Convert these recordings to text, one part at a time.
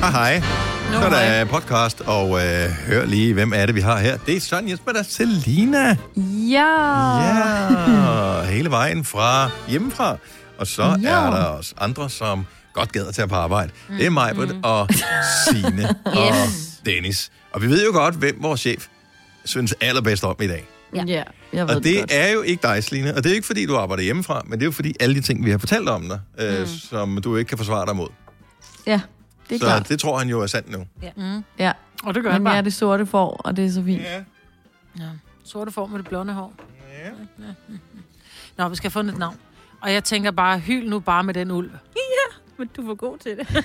Hej Ah, hej. Nå, Så er der hej. podcast, og øh, hør lige, hvem er det, vi har her. Det er Søren Jesper, der er Selina. Ja. Hmm. Ja, hele vejen fra hjemmefra. Og så Ja. ja. er der også andre, som godt gad at tage på arbejde. Mm. Hmm. Det er Majbrit mm. og Sine yes. og Dennis. Og vi ved jo godt, hvem vores chef synes allerbedst om i dag. Ja. ja. Jeg ved Og det godt. er jo ikke dig, Selina. Og det er ikke, fordi du arbejder hjemmefra, men det er jo, fordi alle de ting, vi har fortalt om dig, øh, mm. som du ikke kan forsvare dig mod. Ja, Hmm. det er Så klart. det tror han jo er sandt nu. Mm. Ja. Og det gør han Men jeg er bare. det sorte for, og det er så fint. Sorte får med det blonde hår. Nå, vi skal have fundet et navn. Og jeg tænker bare, hyl nu bare med den ulv. Men du var god til det.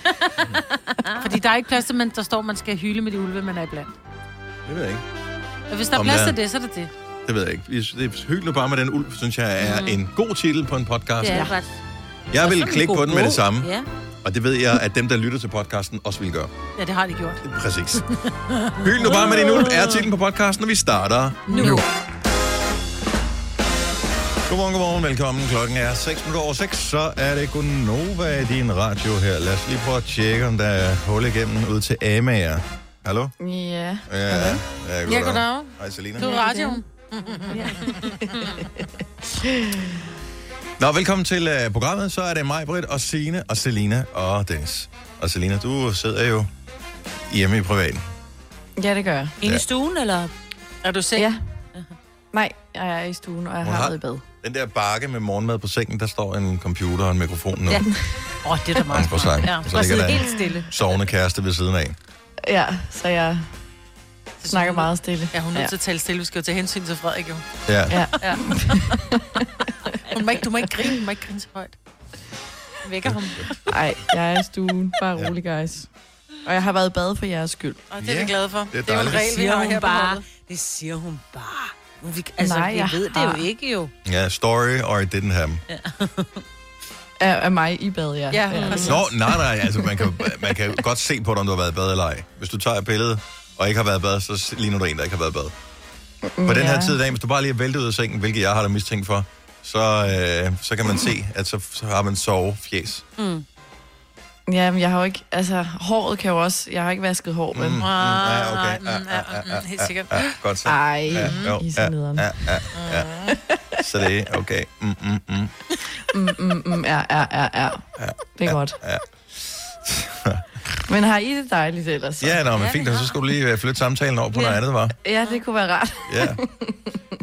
Ah. Fordi der er ikke plads til, men der står, man skal hyle med de ulve, man er iblandt. Det ved jeg ikke. Og hvis der er Om plads der- til det, så er det det. Det ved jeg ikke. Vi- Det er hyggeligt bare med den ulv, synes jeg er mm. en god titel på en podcast. Det Ja. er ret. Jeg vil Sådan en klikke god på den med det bog. samme, Ja. og det ved jeg, at dem, der lytter til podcasten, også vil gøre. Ja, det har de gjort. Præcis. Hyld nu bare med din ulv er titlen på podcasten, og vi starter nu. nu. Godmorgen, godmorgen, velkommen. Klokken er 6 minutter over 6, så er det Gunova i din radio her. Lad os lige prøve at tjekke, om der er hul igennem ud til Amager. Hallo? Ja. Ja, ja, ja Ja, goddag. goddag. Hej, Selina. Du er radioen. Mm, Nå, velkommen til uh, programmet. Så er det mig, Britt, og Sine og Selina og Dennis. Og Selina, du sidder jo hjemme i privaten. Ja, det gør jeg. Inde Ja. i stuen, eller? Er du selv? Ja. Nej, jeg er i stuen, og jeg Hun har har- været i bad. Den der bakke med morgenmad på sengen, der står en computer og en mikrofon nu. Ja. Ja. Åh, oh, det er da meget Og på slangen. smart. Ja. Og så ligger der en helt stille. sovende kæreste ved siden af. Ja, så jeg snakker meget stille. Ja, hun er nødt til at tale stille. Vi skal jo tage hensyn til Frederik, jo. Ja. Ja. ja. Hun må ikke, du må ikke grine. Du må ikke grine så højt. Vækker ham. Nej, jeg er i stuen. Bare Ja. rolig, guys. Og jeg har været i bad for jeres skyld. Og det er Ja, vi glade for. det er Det er jo en dejligt. regel, vi Siger har hun her på bare. holdet. Det siger hun bare. Nu Vi, altså, Nej, Nej, vi jeg ved det har- jo ikke, jo. ja, story or it didn't happen. Af, af mig i bad, ja. Øh, Ja, præcis. Nå, nej, nej, altså man kan, man kan godt se på dig, om du har været i bad eller ej. Hvis du tager et billede og ikke har været i bad, så ligner du en, der ikke har været i bad. På den her Ja. tid af dagen, hvis du bare lige er væltet ud af sengen, hvilket jeg har da mistænkt for, så, øh, så kan man se, at så, så har man sovefjes. Mm. Mm. Ja, men jeg har jo ikke... Altså, håret kan jo også... Jeg har ikke vasket hår, men... Mm, Mm. ja, okay. nej, mm, ja, mm, helt sikkert. Godt så. Ej, Ja, jo, I er ja, så nederen. ja, ja, ja. Så det er okay. Mm, mm, mm. Mm, mm, ja, ja, ja, ja. Det er godt. ja. Men har I det dejligt ellers? Ja, nå, men fint, og så skulle du lige øh, flytte samtalen over på noget andet, var. Ja, det kunne være rart. Ja.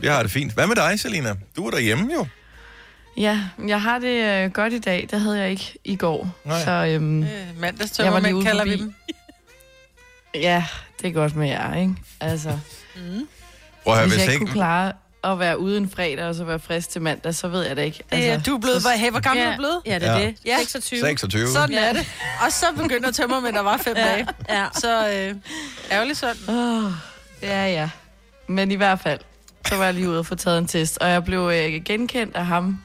Jeg har det fint. Hvad med dig, Selina? Du er derhjemme jo. Ja, jeg har det øh, godt i dag. Det havde jeg ikke i går. Nej. Så øhm, Øh, Jeg var lige Mandagstømmermænd ude kalder vi forbi. dem. ja, det er godt med jer, ikke? Altså, Mm. Prøv at høre, hvis hvis jeg ikke ikke... kunne klare at være ude en fredag og så være frisk til mandag, så ved jeg det ikke. Det er- Altså, Du er blevet, hvor, hey, hvor gammel er du blevet? Ja, det er Ja. det. Ja. 26. 26. Sådan er det. Og så begynder tømmermænd, der var fem dage. Ja. Så øh, ærgerligt sådan. åh, ja, ja. Men i hvert fald, så var jeg lige ude og få taget en test, og jeg blev øh, genkendt af ham,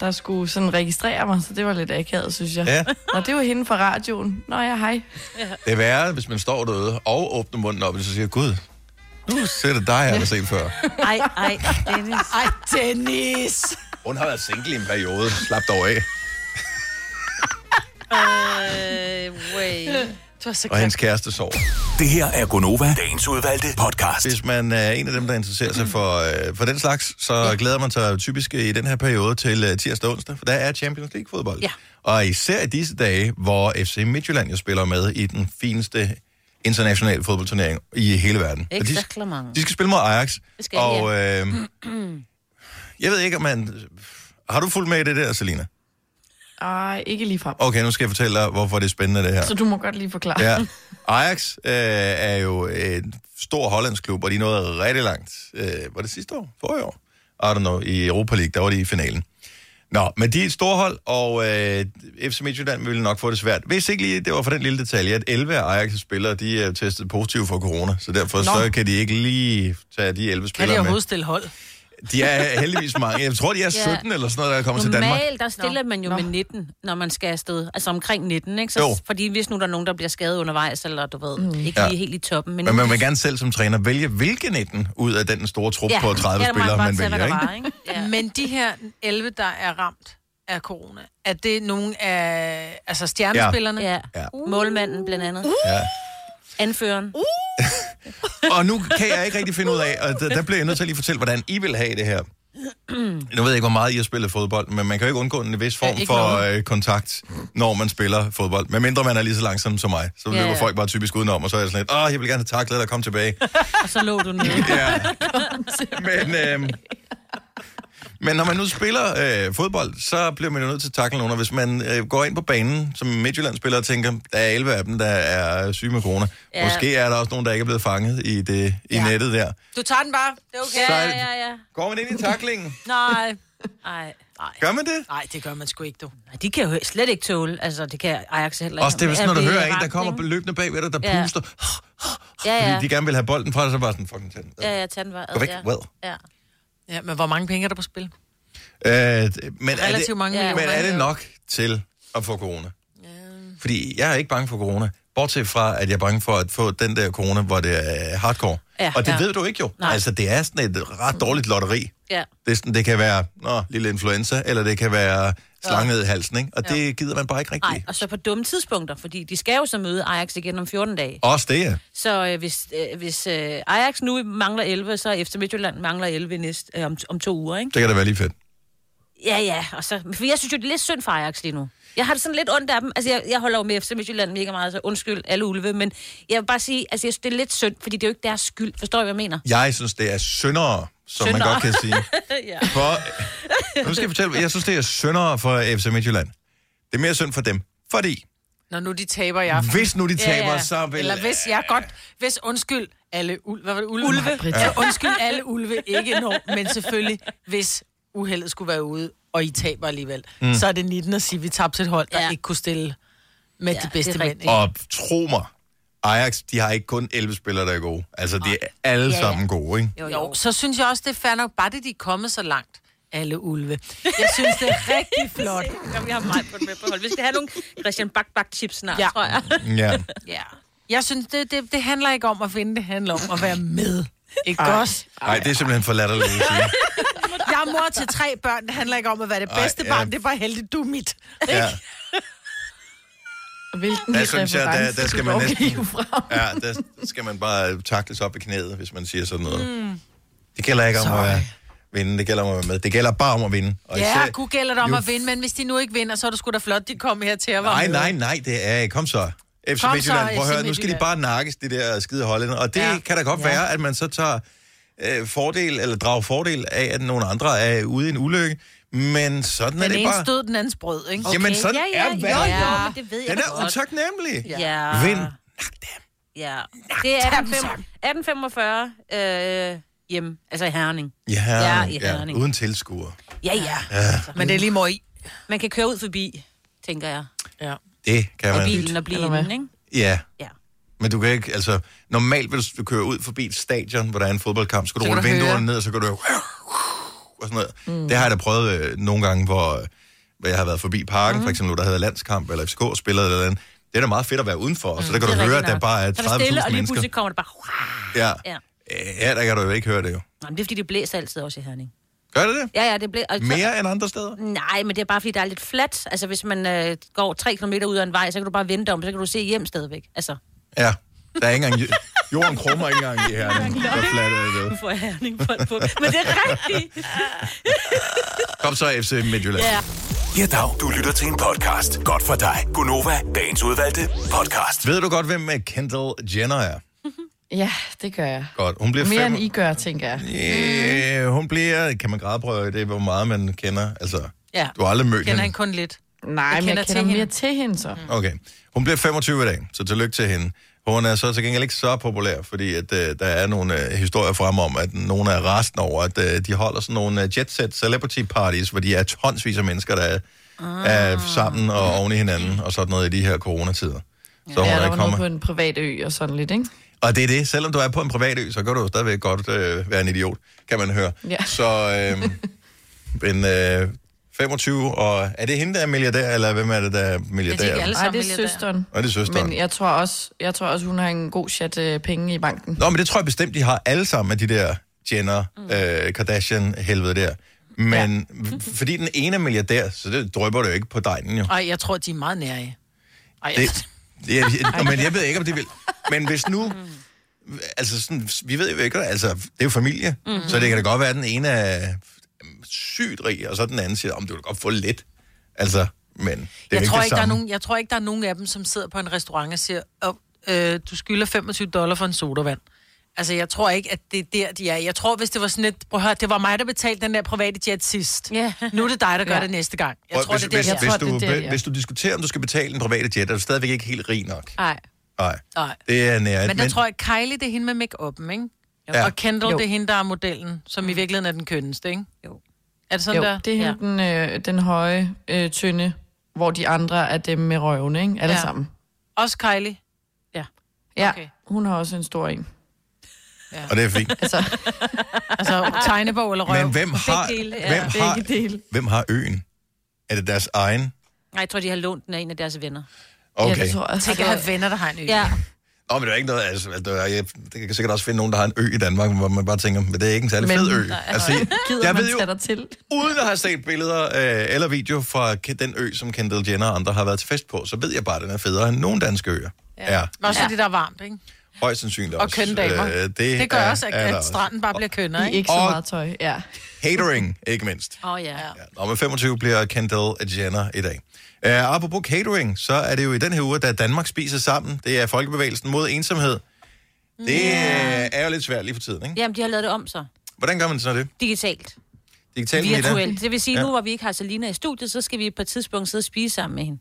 der skulle sådan registrere mig, så det var lidt akavet, synes jeg. Ja, Nå, det var hende fra radioen. Nå ja, hej. det er værre, hvis man står derude og åbner munden op, og så siger, Gud, nu ser det dig, jeg har set før. Ej, ej, Dennis. Ej, Dennis! Hun har været single i en periode. Slap dog af. Øh, wait. Du er så Og hendes kæft. kæreste sover. Det her er Gonova, dagens udvalgte podcast. Hvis man er en af dem, der interesserer sig for, øh, for den slags, så ja. glæder man sig typisk i den her periode til øh, tirsdag og onsdag, for der er Champions League-fodbold. Ja. Og især i disse dage, hvor FC Midtjylland jo spiller med i den fineste internationale fodboldturnering i hele verden. Og de, Exactement. de skal spille mod Ajax. Det skal de, og øh, jeg ved ikke, om man... Har du fulgt med i det der, Selina? Ej, ikke lige frem. Okay, nu skal jeg fortælle dig, hvorfor det er spændende, det her. Så du må godt lige forklare. Ja. Ajax øh, er jo en stor hollandsk klub, og de nåede rigtig langt. Øh, var det sidste år? Forrige år? I don't know. I Europa League, der var de i finalen. Nå, men de er et stort hold, og øh, FC Midtjylland ville nok få det svært. Hvis ikke lige, det var for den lille detalje, at 11 af Ajax' spillere, de er testet positive for corona, så derfor Nå. så kan de ikke lige tage de 11 Kan de spillere med. overhovedet stille hold? De er heldigvis mange. Jeg tror, de er 17 eller sådan noget, der er kommet til Danmark. Normalt, der stiller man jo Nå. med 19, når man skal afsted. Altså omkring 19, ikke? Så, Jo. Fordi hvis nu der er nogen, der bliver skadet undervejs, eller du ved, mm. ikke Ja. lige helt i toppen. Men, Men man vil gerne selv som træner vælge, hvilken 19 ud af den store trup ja, på 30 ja, der må spillere, bare man tage, vælger, hvad der ikke? var, ikke? Ja. Men de her 11, der er ramt af corona? Er det nogen af altså stjernespillerne? Uh. Ja. Ja. Målmanden blandt andet. Ja. Anføreren. Og nu kan jeg ikke rigtig finde ud af, og der, der bliver jeg nødt til at lige fortælle, hvordan I vil have det her. Nu ved jeg ikke, hvor meget I har spillet fodbold, men man kan jo ikke undgå en vis form Ja, ja, ikke for noget. øh, kontakt, når man spiller fodbold. Medmindre man er lige så langsom som mig, så Ja, løber ja. folk bare typisk udenom, og så er jeg sådan lidt, åh, jeg vil gerne have taklet dig, kom tilbage. Og så lå du nede. Ja. men, øh, men når man nu spiller øh, fodbold, så bliver man jo nødt til at takle nogen. Og hvis man øh, går ind på banen som Midtjylland-spiller og tænker, der er 11 af dem, der er syge med corona. Ja. Ja. Måske er der også nogen, der ikke er blevet fanget i, det, i ja. nettet der. Du tager den bare. Det er okay. Så Ja, ja, ja. går man ind i taklingen. Nej. Ej. Gør man det? Nej, det gør man sgu ikke, du. Ej, de kan jo slet ikke tåle. Altså, det kan Ajax heller ikke. Også det, hvis, At når du blive hører en, der ramt, kommer ikke? løbende bag ved dig, der Ja. puster, Ja, ja. fordi de gerne vil have bolden fra dig, så bare sådan, fucking tænd. Ja, ja, tandvejret. Gå væk, ja. well. Ja. Ja, men hvor mange penge er der på spil? Øh, men er det, Relativt mange Ja. men millioner. er ikke? det nok til at få corona? Fordi jeg er ikke bange for corona. Bortset fra, at jeg er bange for at få den der corona, hvor det er hardcore. Ja, og det ja. ved du ikke jo. Nej. Altså, det er sådan et ret dårligt lotteri. ja. Det, er sådan, det kan være nå, lille influenza, eller det kan være slange ned i halsen, ikke? Og det gider man bare ikke rigtigt. Ej, og så på dumme tidspunkter, fordi de skal jo så møde Ajax igen om 14 dage. Også det, ja. Så øh, hvis, øh, hvis øh, Ajax nu mangler 11, så efter Midtjylland mangler 11 næste, øh, om, om to uger, ikke? Det kan da være lige fedt. Ja, ja, og så, for jeg synes jo, det er lidt synd for Ajax lige nu. Jeg har det sådan lidt ondt af dem. Altså, jeg, jeg holder jo med FC Midtjylland mega meget, så undskyld alle ulve, men jeg vil bare sige, altså, jeg synes, det er lidt synd, fordi det er jo ikke deres skyld. Forstår I, hvad jeg mener? Jeg synes, det er syndere, som syndere. man godt Syndere. kan sige. ja. For, nu skal jeg fortælle, jeg synes, det er syndere for FC Midtjylland. Det er mere synd for dem, fordi Når nu de taber i aften. hvis nu de taber, ja, ja. ja. så vil... Eller hvis jeg godt... Hvis undskyld alle ulve... Hvad var det? Ulve? ulve. Ja. Undskyld alle ulve. Ikke nå, men selvfølgelig, hvis uheldet skulle være ude, og I taber alligevel, mm. så er det 19 at sige, at vi tabte et hold, der ja. Ja. ikke kunne stille med ja, de bedste det er mænd. rigtigt. Ikke? Og tro mig, Ajax, de har ikke kun 11 spillere, der er gode. Altså, de er alle ja. sammen gode, ikke? Jo, Jo, så synes jeg også, det er fair nok, bare det, de er kommet så langt, alle ulve. Jeg synes, det er rigtig flot. Kom, vi har meget på det på hold. Hvis det har nogle Christian Bak Bak chips snart, Ja. ja. tror jeg. Ja. Ja. Jeg synes, det, det, det handler ikke om at vinde, det handler om at være med. Ikke også? Nej, det er simpelthen for latterligt. at sige. Jeg er mor til tre børn, det handler ikke om at være det Ej, bedste ja. barn, det er bare heldigt, du er mit. Ja. Hvilken Der synes jeg, der- reference der skal du man dog næsten- hive frem. ja, der skal man bare takles op i knæet, hvis man siger sådan Mm. noget. Mm. Det gælder ikke om at være vinde, det gælder om at være med. Det gælder bare om at vinde. Og Ja, kunne gælder det om jo. at vinde, men hvis de nu ikke vinder, så er det sgu da flot, de kom her til at være Nej, med. nej, nej, det er Kom så. FC Kom så, Midtjylland, prøv at FC høre, nu skal de Midtjylland. bare nakkes, de der skide hollænder. Og det Ja. ja. kan da godt ja. være, at man så tager øh, fordel, eller drager fordel af, at nogle andre er ude i en ulykke. Men sådan er Den det ene bare. stød, den anden brød, ikke? Okay. Jamen, sådan ja, er ja, jo, verden. jo, men det ved jeg Den da er godt. utaknemmelig. Ja. Ja. Vind. Ja. Det er 1845 øh, hjem. Altså i Herning. Ja, Ja, i ja, Herning. uden tilskuer. Ja, ja. Men det er lige mor i. Man kan køre ud forbi, tænker jeg. Ja. Det kan Og man. bilen og blive Eller hvad? inden, ikke? Ja. Ja. Men du kan ikke, altså, normalt hvis du kører ud forbi et stadion, hvor der er en fodboldkamp, så kan du Så kan rulle du vinduerne høre. ned, og så kan du og sådan noget. Mm. Det har jeg da prøvet øh, nogle gange, hvor, øh, hvor jeg har været forbi parken, mm. for eksempel, der havde landskamp, eller FCK spillet eller andet. Det er da meget fedt at være udenfor, og så der kan Mm. Det du er høre, rigtigt at der nok. bare er Så er der stille, 30.000 og lige mennesker. pludselig kommer det bare... Ja. Ja. Øh, ja, der kan du jo ikke høre det jo. Nå, men det er, fordi det blæser altid også i Herning. Gør det det? Ja, ja, det blæser... og så- Mere end andre steder? Nej, men det er bare, fordi der er lidt fladt. Altså, hvis man øh, går 3 km ud af en vej, så kan du bare vende om, så kan du se hjem stadigvæk. Altså, Ja. Der er ikke engang... Jorden krummer ikke engang i her. Så fladt er øh, det. nu får jeg Herning på, på. Men det er rigtigt. Kom så, FC Midtjylland. Ja. Ja, dag. Du lytter til en podcast. Godt for dig. Gunova, dagens udvalgte podcast. Ved du godt, hvem øh, Kendall Jenner er? Ja, det gør jeg. Godt. Hun bliver Mere fem... end I gør, tænker jeg. Yeah, Øh, hun bliver... Kan man gradprøve det, hvor meget man kender? Altså, Ja. du har aldrig mødt Kender han hende. kun lidt. Nej, men kender jeg til kender mere hende. til hende så. Mm. Okay. Hun bliver 25 i dag, så tillykke til hende. Hun er så til gengæld ikke så populær, fordi at, øh, der er nogle øh, historier frem om, at nogle er resten over, at øh, de holder sådan nogle øh, jet-set celebrity parties, hvor de er tonsvis af mennesker, der er, er Ah. sammen og oven i hinanden, og sådan noget i de her coronatider. Så hun Ja, er der ikke var noget kommet. på en privat ø og sådan lidt, ikke? Og det er det. Selvom du er på en privat ø, så kan du jo stadigvæk godt øh, være en idiot, kan man høre. Ja. Så, øh, men øh, 25, og er det hende, der er milliardær, eller hvem er det, der er milliardær? ikke alle. Nej, det er Sammen søsteren. Og det er søsteren. Men jeg tror også, jeg tror også hun har en god chat øh, penge i banken. Nå, men det tror jeg bestemt, de har alle sammen af de der Jenner, mm. øh, Kardashian-helvede der. Men ja. fordi den ene er milliardær, så det drøber det jo ikke på dejen jo. Ej, jeg tror, de er meget nære. Ej, altså. Det, jeg, jeg, men jeg ved ikke, om det vil. Men hvis nu... Altså, sådan, vi ved jo ikke, altså, det er jo familie. Mm-hmm. Så det kan da godt være, at den ene er mm, sygt rig, og så den anden siger, om du kan godt få lidt. Altså, men det er jo jeg ikke tror det ikke, der er samme. nogen, jeg tror ikke, der er nogen af dem, som sidder på en restaurant og siger, oh, øh, du skylder 25 dollar for en sodavand. Altså, jeg tror ikke, at det er der, de er. Jeg tror, hvis det var sådan et, prøv at høre, det var mig, der betalte den der private jet sidst. Ja. Nu er det dig, der gør Ja. det næste gang. Jeg Prøv, tror, hvis, det er det, hvis, jeg hvis, tror, du, det er der, ja. hvis du diskuterer, om du skal betale en private jet, er du stadigvæk ikke helt rig nok. Nej. Nej, Nej. det er nært. Men der tror jeg, Kylie, det er hende med make-up'en, ikke? Ja. Ja. Og Kendall, Jo. Mm. det er hende, der er modellen, som i virkeligheden er den kønneste, ikke? Jo. Er det sådan Jo, der? det er hende, den, øh, den høje, øh, tynde, hvor de andre er dem med røven, ikke? Alle Ja. ja. sammen. Også Kylie. Ja, Okay. okay. hun har også en stor en. Og det er fint. Altså, Altså, tegnebog eller røv. Men hvem har, dele, ja. hvem, har, begge dele. hvem har øen? Er det deres egen? Nej, jeg tror, de har lånt den af en af deres venner. Okay. Ja, det tror jeg. Tænk, jeg har venner, der har en ø. Ja. Nå, men det er ikke noget, altså, altså, der er- jeg, det kan sikkert også finde nogen, der har en ø i Danmark, hvor man bare tænker, men det er ikke en særlig Men- fed ø. Altså, jeg, Gider jeg man ved jo... jo, tage dig til? uden at have set billeder øh, eller video fra Ke- den ø, som Kendall Jenner og andre har været til fest på, så ved jeg bare, at den er federe end nogen danske øer. Ja. Er Men Også ja. det, der er varmt, ikke? højst sandsynligt Og også. øh, kønne damer. det, Det gør er- også, at, er der at stranden bare bliver kønnere, I ikke? ikke så Og- meget tøj, ja. Catering, ikke mindst. Åh, oh, ja. ja. Ja, og med 25 bliver Kendall Jenner i dag. Uh, apropos catering, så er det jo i den her uge, da Danmark spiser sammen. Det er Folkebevægelsen mod ensomhed. Det yeah. er jo lidt svært lige for tiden, ikke? Jamen, de har lavet det om så. Hvordan gør man så det? Digitalt. Digitalt Mia? Virtuelt. Det vil sige, Ja. ja. nu hvor vi ikke har Selina i studiet, så skal vi på et tidspunkt sidde og spise sammen med hende.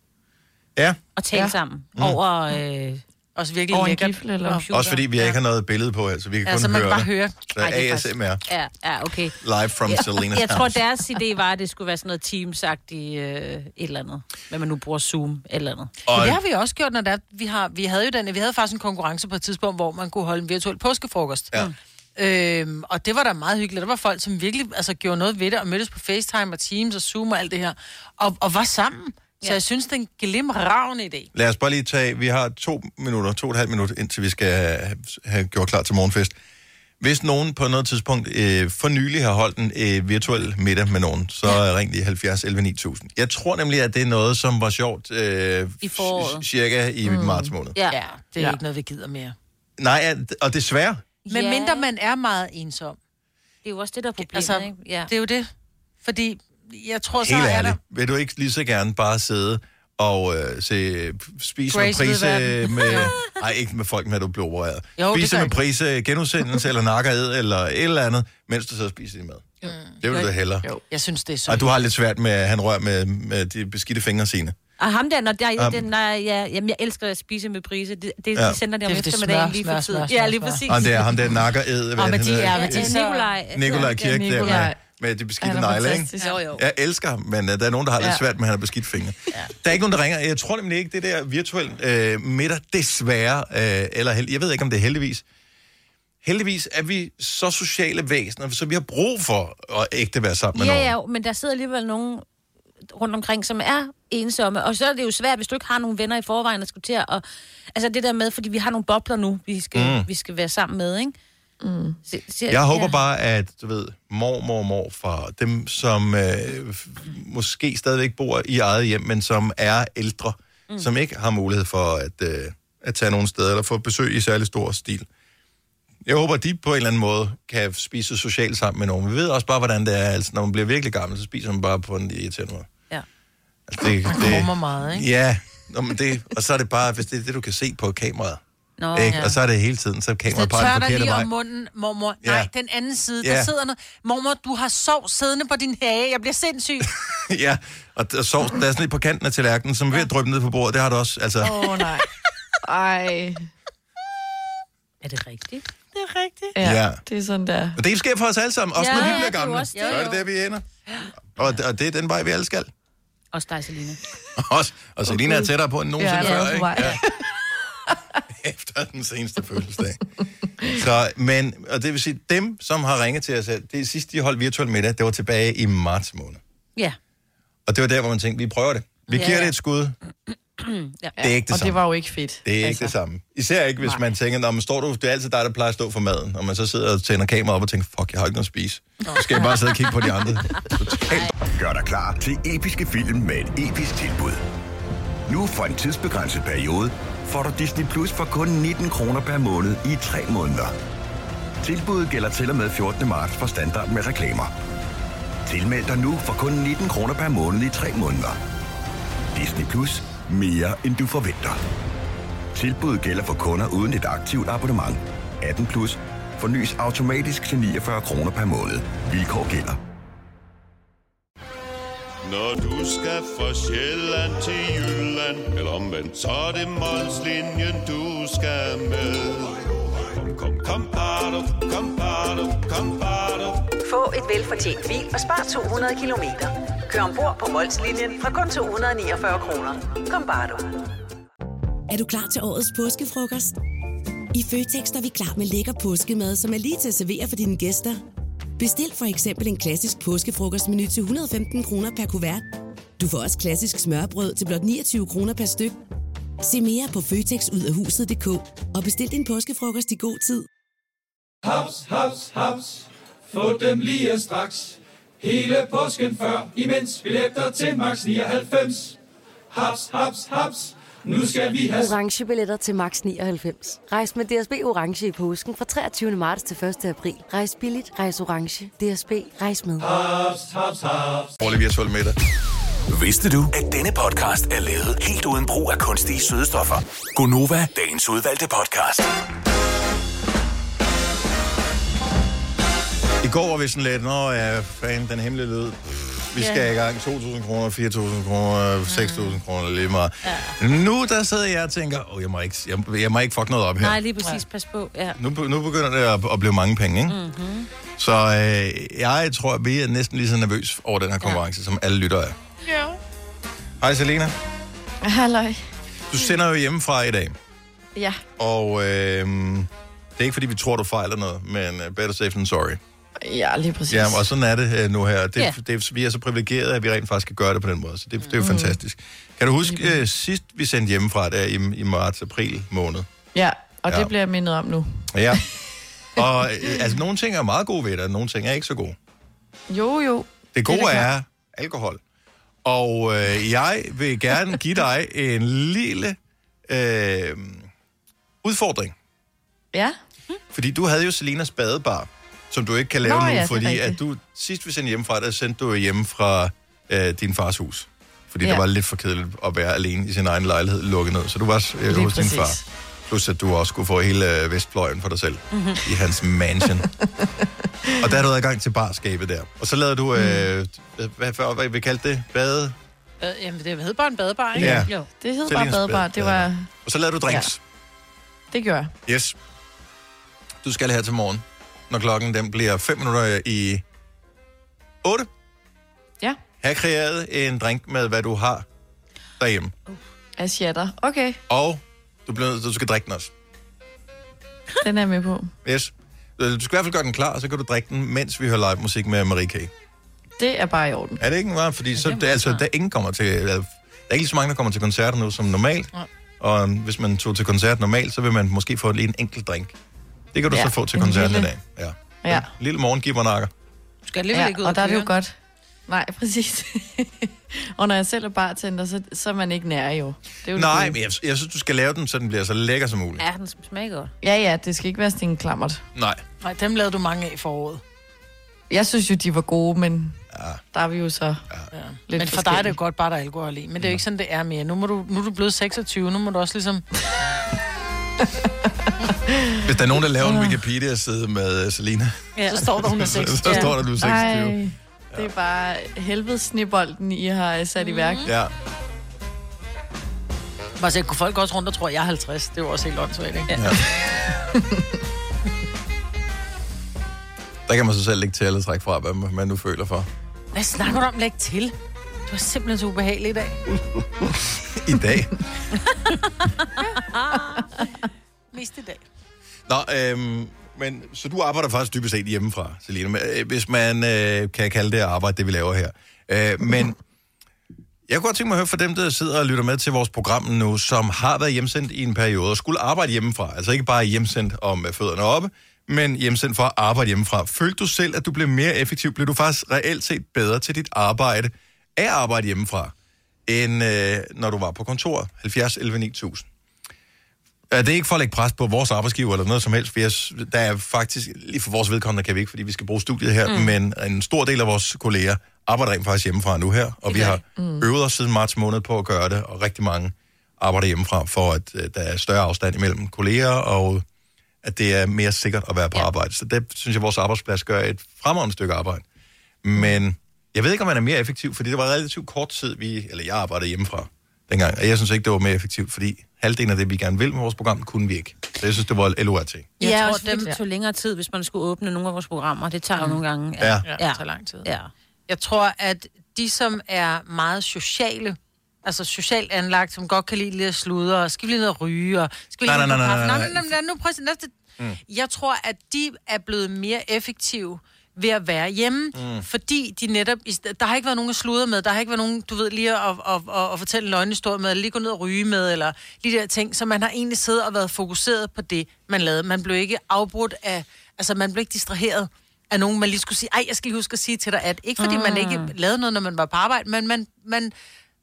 Ja, Og tale Ja. ja. sammen mm. over... Øh, Også virkelig Over en lækkert. gifle, eller? computer. også fordi vi ikke har noget billede på her, så vi kan Ja, kun så man høre kan bare det. høre. Så Ej, det er faktisk- ASMR, Ja, ja, okay. live from ja. Selena's Jeg tror, house. deres idé var, at det skulle være sådan noget Teams-agtigt øh, et eller andet. Hvad man nu bruger Zoom eller andet. Men Og det har vi også gjort, når der, vi, har, vi havde jo den, vi havde faktisk en konkurrence på et tidspunkt, hvor man kunne holde en virtuel påskefrokost. Ja. Øhm, og det var da meget hyggeligt. Der var folk, som virkelig altså, gjorde noget ved det, og mødtes på FaceTime og Teams og Zoom og alt det her, og, og var sammen. Så jeg synes, det er en glimravende idé. lad os bare lige tage, vi har to minutter, to og et halvt minut, indtil vi skal have- have gjort klar til morgenfest. Hvis nogen på noget tidspunkt øh, for nylig har holdt en øh, virtuel middag med nogen, så ja. ring lige 70 11 9000. Jeg tror nemlig, at det er noget, som var sjovt øh, I foråret. c- cirka i mm. marts måned. Ja. Ja. Ja, ja. det er ja. Ja. ikke noget, vi gider mere. Nej, at- og desværre, Men ja. mindre man er meget ensom. Det er jo også det, der er problemet, Altså, altså, ikke? Ja. Det er jo det. Fordi jeg tror, så helt er der... ærligt, vil du ikke lige så gerne bare sidde og øh, se, spise Grace med prise ved verden. med... Nej, ikke med folk, når du bliver opereret. Jo, det spise gør med ikke. prise genudsendelse, eller nakkered, eller et eller andet, mens du sidder og spiser din mad. Mm. Jo. Det vil du da hellere. Jo. Jeg synes, det er så... Og du har lidt svært med, at han rører med, med de beskidte fingre sine. Og ham der, når jeg, Am. um, den, når jeg, jamen, jeg elsker at spise med brise. Det, det Ja. ja. sender det om Det er, fordi eftermiddagen smør, lige smør, for tiden. smør, smør, ja, lige smør. præcis. Og det er ham der nakker ed, hvad men han de hedder. er- men de Ja, så- Nikolaj. Nikolaj Kirk der med, Nikolaj. med de Altså, Han beskidte er negle, ikke? fantastisk. Jo, jo. Jeg elsker ham, men øh, der er nogen, der har lidt Ja. svært med, at han har beskidt fingre. Der er ikke nogen, der ringer. Jeg tror nemlig ikke, det der virtuelle øh, middag, desværre, øh, eller held, jeg ved ikke, om det er heldigvis. Heldigvis er vi så sociale væsener, så vi har brug for at ægte være sammen med Ja, nogen. ja, jo, men der sidder alligevel nogen rundt omkring, som er ensomme. Og så er det jo svært, hvis du ikke har nogen venner i forvejen, at skulle til at... Og, altså det der med, fordi vi har nogle bobler nu, vi skal, mm. vi skal være sammen med, ikke? Mm. Så, så, Jeg håber bare, at du ved, mormor og morfar, dem som øh, f- måske stadigvæk bor i eget hjem, men som er ældre, mm. som ikke har mulighed for at, øh, at tage nogen steder eller få besøg i særlig stor stil. Jeg håber, at de på en eller anden måde kan spise socialt sammen med nogen. Vi ved også bare, hvordan det er. Altså, når man bliver virkelig gammel, så spiser man bare på en irriterende måde. Ja. Altså, det, krummer meget, ikke? Ja, Nå, men det, og så er det bare, hvis det er det, du kan se på kameraet. Nå, ikke? ja. Og så er det hele tiden, så er Så kameraet peger tør den dig forkerte lige vej. om munden, mormor. Ja. Nej, den anden side, Ja. der sidder noget. Mormor, du har sov siddende på din hage. Jeg bliver sindssyg. Ja, og der, sovs, der er sådan lidt på kanten af tallerkenen, som er ved at drøbe ned på bordet. Det har du også. Altså, Åh, oh, nej. Ej. Er det rigtigt? Det er rigtigt. Ja, Ja. ja. det er sådan der. Men det sker for os alle sammen, også når Ja, vi ja, bliver det er jo gamle. også det. Så er det der, vi ender. Og, og det er den vej, vi alle skal. Også dig, Selina. Også, og Selina er tættere på end Ja, nogensinde jeg er før, allerede på ikke? vej. Ja. Efter den seneste fødselsdag. Så, men, og det vil sige, dem, som har ringet til os, her, det sidste, de holdt virtuel middag, det var tilbage i marts måned. Ja. Og det var der, hvor man tænkte, vi prøver det. Vi Ja, giver ja. det et skud. ja. Det er ikke det Og samme. det var jo ikke fedt. Det er altså. ikke det samme. Især ikke, hvis Nej. man tænker, når man står du, det er altid dig, der plejer at stå for maden, og man så sidder og tænder kameraet op og tænker, fuck, jeg har ikke noget at spise. Så skal jeg bare sidde og kigge på de andre. Totalt. Gør dig klar til episke film med et episk tilbud. Nu for en tidsbegrænset periode får du Disney Plus for kun 19 kroner per måned i 3 måneder. Tilbuddet gælder til og med 14. marts for standard med reklamer. Tilmeld dig nu for kun 19 kroner per måned i 3 måneder. Disney Plus. Mere end du forventer. Tilbuddet gælder for kunder uden et aktivt abonnement. 18 plus. Fornyes automatisk til 49 kroner per måned. Vilkår gælder. Når du skal fra Sjælland til Jylland Eller omvendt, så er det Molslinjen, du skal med Kom, kom, kom, bado, kom, bado, kom, bado. Få et velfortjent bil og spar 200 kilometer. Kør ombord på Molslinjen fra kun 249 kroner. Kom bare du. Er du klar til årets påskefrokost? I Føtex er vi klar med lækker påskemad, som er lige til at servere for dine gæster. Bestil for eksempel en klassisk påskefrokostmenu til 115 kroner per kuvert. Du får også klassisk smørbrød til blot 29 kroner per styk. Se mere på føtexudafhuset.dk og bestil din påskefrokost i god tid. Haps, haps, haps. Få dem lige straks. Hele påsken før, imens billetter til max 99. Haps, haps, haps. Nu skal vi have... orange billetter til max 99. Rejs med DSB orange i påsken fra 23. marts til 1. april. Rejs billigt, rejs orange. DSB rejs med. Ah, Haps, haps, haps. Prøv lige at svælge med dig. Vidste du, at denne podcast er lavet helt uden brug af kunstige sødestoffer? Gonova, dagens udvalgte podcast. I går var vi sådan lidt, nå ja, fan, den hemmelige lyd. Pff, Vi skal i gang. 2.000 kroner, 4.000 kroner, 6.000 kroner, lige meget. Nu der sidder jeg og tænker, åh, jeg må ikke, jeg, jeg må ikke fuck noget op her. Nej, lige præcis. Pas på. Ja. Nu, be- nu begynder det at, at blive mange penge, ikke? Mm-hmm. Så øh, jeg tror, at vi er næsten lige så nervøs over den her konkurrence, ja. som alle lyttere er. Ja. Hej Selena, Halløj. du sender jo hjemmefra i dag, Ja, og øh, det er ikke fordi, vi tror, du fejler noget, men uh, better safe than sorry. ja lige præcis. Ja, og sådan er det øh, nu her. Det, Ja. Mm. yeah. det, vi er så privilegerede, at vi rent faktisk kan gøre det på den måde, så det, det er jo fantastisk. Kan du huske øh, sidst, vi sendte hjemmefra, der i, i marts-april måned? Ja, og Ja. det bliver jeg mindet om nu. Ja. og øh, altså, nogle ting er meget gode ved det, og nogle ting er ikke så gode. Jo, jo. Det gode da det er, klart. er alkohol. Og øh, jeg vil gerne give dig en lille øh, udfordring. Ja. Fordi du havde jo Selinas badebar, som du ikke kan lave Nå Nå, nu, ja, det ja, er fordi rigtigt. at du, sidst vi sendte hjemmefra, der sendte du jo hjemme fra øh, din fars hus. Fordi ja. Ja. det var lidt for kedeligt at være alene i sin egen lejlighed lukket ned. Så du var øh, Lige hos din præcis. far. Plus at du også kunne få hele øh, Vestfløjen for dig selv Mhm. mm-hmm. i hans mansion. og der havde du adgang til barskabet der. Og så lavede du, Mm. øh, hvad, hvad, hvad, hvad vi kaldte det? Bade? Bad, Øh, jamen, det hedder bare en badebar, ikke? Ja. Jo. Det hed bare Selinas badebar. Det, var, Og så lavede du drinks. det gjorde jeg. Ja. Yes. Du skal her til morgen, når klokken den bliver 5 minutter i 8. Ja, Her kreeret en drink med, hvad du har derhjemme. jeg shatter. Okay, Og du, bliver, nødt til- du skal drikke den også. den er jeg med på. Yes. Øh, Du skal i hvert fald gøre den klar, og så kan du drikke den, mens vi hører live musik med Marie K. Det er bare i orden. Er det ikke meget? Fordi så, det, er altså, der, er ingen kommer til, eller, der er ikke lige så mange, der kommer til koncerter nu som normalt. Og øhm, hvis man tog til koncert normalt, så vil man måske få lige en enkelt drink. Det kan du ja, Ja, så få til en koncerten i lille- dag. Ja. Ja, Lille morgengibbernakker. Du skal alligevel ikke ud ja og der er det jo køre. godt. Nej, præcis. og når jeg selv er bartender, så, så er man ikke nær jo. Det er jo det Nej, gode. men jeg, jeg synes, du skal lave den, så den bliver så lækker som muligt. Ja, den smager godt. Ja, ja, det skal ikke være sådan en klammert. Nej. Nej, dem lavede du mange af i foråret. Jeg synes jo, de var gode, men ja. der er vi jo så... Lidt men for dig er det jo godt bare, der er alkohol i. Men det er jo ikke sådan, det er mere. Nu, må du, nu er du blevet 26, nu må du også ligesom... Hvis der er nogen, der laver en Wikipedia-side med uh, Selina, Ja. Så står der, hun er så 26. står der, du er 26. Ej, det er bare helvedes snebolden, I har sat i værk. Ja. Mhm. Bare så kunne folk også rundt og tror, at jeg er 50. Det er jo også helt åndssvagt, ikke? Ja. Der kan man så selv ikke tælle og trække fra, hvad man nu føler for. Hvad snakker du om? Læg til. Du er simpelthen så ubehagelig i dag. I dag. Ah, Mest i dag. Nå, øhm, men, så du arbejder faktisk dybest set hjemmefra, Selina, men, øh, hvis man øh, kan kalde det arbejde, det vi laver her. Øh, men Jeg kunne godt tænke mig at høre fra dem, der sidder og lytter med til vores program nu, som har været hjemsendt i en periode og skulle arbejde hjemmefra. Altså ikke bare hjemsendt om øh, fødderne oppe, men hjemsendt for at arbejde hjemmefra. Følte du selv, at du blev mere effektiv? Blev du faktisk reelt set bedre til dit arbejde af at arbejde hjemmefra, end øh, når du var på kontoret? 70 11 9000. Ja, det er ikke for at lægge pres på vores arbejdsgiver eller noget som helst, for jeg, s- der er faktisk, lige for vores vedkommende kan vi ikke, fordi vi skal bruge studiet her, mm. Mm. men en stor del af vores kolleger arbejder rent faktisk hjemmefra nu her, og vi har mm. øvet os siden marts måned på at gøre det, og rigtig mange arbejder hjemmefra, for at øh, der er større afstand imellem kolleger, og at det er mere sikkert at være på ja. arbejde. Så det synes jeg, vores arbejdsplads gør et fremragende stykke arbejde. Men jeg ved ikke, om man er mere effektiv, fordi det var relativt kort tid, vi, eller jeg arbejdede hjemmefra dengang, og jeg synes ikke, det var mere effektivt, fordi halvdelen af det, vi gerne vil med vores program, kunne vi ikke. Så jeg synes, det var LORT. Jeg ja, tror, også, også, dem det- tog længere tid, hvis man skulle åbne nogle af vores programmer. Det tager jo nogle gange. Mm. Ja. ja. Ja, ja. det tager lang tid. Ja. Jeg tror, at de, som er meget sociale, altså socialt anlagt, som godt kan lide lidt at sludre, og skal vi lige ned og ryge, og skal vi Nej, lige nej, ned nej, på kaffe? nej, nej, Nej, nej, nej, nej. nu prøv at se, næste- Mm. Jeg tror, at de er blevet mere effektive ved at være hjemme, Mm. mm. fordi de netop... i sted- Der har ikke været nogen at sludre med, der har ikke været nogen, du ved, lige at, at, at, at fortælle en løgnhistorie med, eller lige gå ned og ryge med, eller lige de der ting, så man har egentlig siddet og været fokuseret på det, man lavede. Man blev ikke afbrudt af... Altså, man blev ikke distraheret af nogen, man lige skulle sige, ej, jeg skal lige huske at sige til dig, at ikke fordi mm. man ikke lavede noget, når man var på arbejde, men man, man,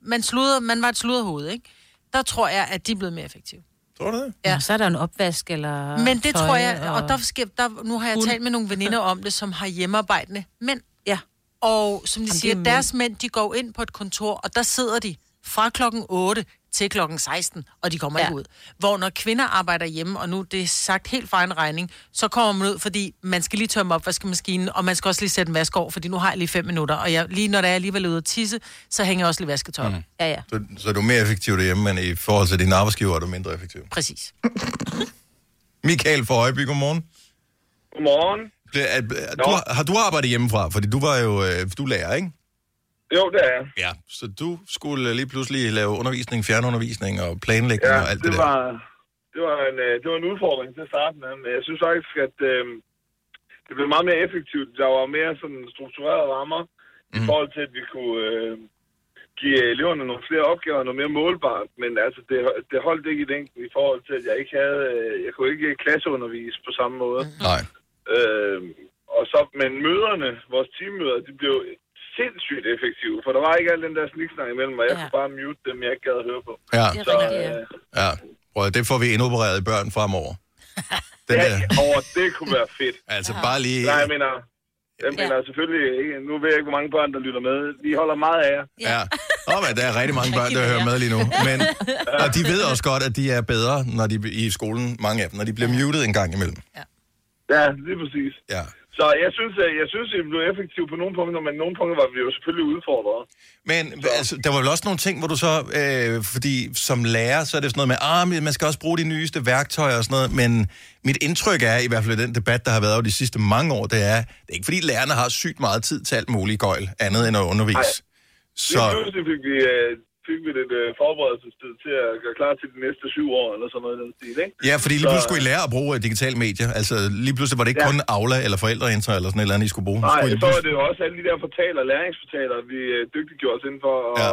man, sludrede, man var et sludderhoved, ikke? Der tror jeg, at de er blevet mere effektive. Tror du det? Ja. Så er der en opvask eller Men det Ah, tøj, tror jeg, og der, sker, der nu har jeg Guld. talt med nogle veninder om det, som har hjemmearbejdende mænd. Ja. Og som de Jamen, det siger, er deres mænd, de går ind på et kontor, og der sidder de fra klokken 8 til klokken 16, og de kommer ja. Ja. ikke ud. Hvor når kvinder arbejder hjemme, og nu er det er sagt helt fra en regning, så kommer man ud, fordi man skal lige tømme opvaskemaskinen, og man skal også lige sætte en vask over, fordi nu har jeg lige fem minutter, og jeg, lige når der er alligevel ude at tisse, så hænger jeg også lige vasketøj. Mm. Ja, ja. Så, så er du mere effektiv derhjemme, men i forhold til din arbejdsgiver er du mindre effektiv. Præcis. Michael fra Højby, godmorgen. Godmorgen. Du, har, har du arbejdet hjemmefra? Fordi du var jo øh, du er lærer, ikke? Jo, det er jeg. Ja. Så du skulle øh, lige pludselig lave undervisning, fjernundervisning og planlægning Ja, og alt det, det der. var, det, var en, øh, det var en udfordring til at starte med, men jeg synes faktisk, at øh, det blev meget mere effektivt. Der var mere sådan strukturerede rammer mm. i Mhm. forhold til, at vi kunne øh, give eleverne nogle flere opgaver, noget mere målbart. Men altså, det, det holdt ikke i længden i forhold til, at jeg ikke havde, øh, jeg kunne ikke klasseundervise på samme måde. Nej. Øh, og så, men møderne, vores teammøder, de blev sindssygt effektive, for der var ikke al den der sniksnak imellem, og jeg ja. kunne bare mute dem, jeg ikke gad at høre på. Ja. Så, øh, Ja. Prøv, at- det får vi indopereret i børn fremover. Den Ja, der. over det kunne være fedt. Altså bare lige... Nej, jeg mener, jeg mener selvfølgelig ikke. Nu ved jeg ikke, hvor mange børn, der lytter med. Vi holder meget af jer. Ja. Åh, men der er rigtig mange børn, der hører med lige nu. Men, og de ved også godt, at de er bedre når de, i skolen, mange af dem, når de bliver muted en gang imellem. Ja, lige præcis. Ja. Så jeg synes, at jeg synes, at vi blev effektive på nogle punkter, men nogle punkter var vi jo selvfølgelig udfordret. Men altså, der var vel også nogle ting, hvor du så, øh, fordi som lærer, så er det sådan noget med, ah, men man skal også bruge de nyeste værktøjer og sådan noget, men mit indtryk er, i hvert fald i den debat, der har været over de sidste mange år, det er, det er ikke fordi lærerne har sygt meget tid til alt muligt gøjl, andet end at undervise. Nej. Så... Så, pludselig fik vi, øh, fik vi lidt øh, forberedelsestid til at gøre klar til de næste syv år, eller sådan noget i den stil, ikke? ja, fordi lige Så- pludselig skulle I lære at bruge øh, digitale medier. Altså, lige pludselig var det ikke Ja. kun Aula eller forældreintra eller sådan et eller andet, I skulle bruge. Nej, skulle I lige så var det jo også alle de der portaler, læringsportaler, vi øh, dygtiggjorde os indenfor, og ja.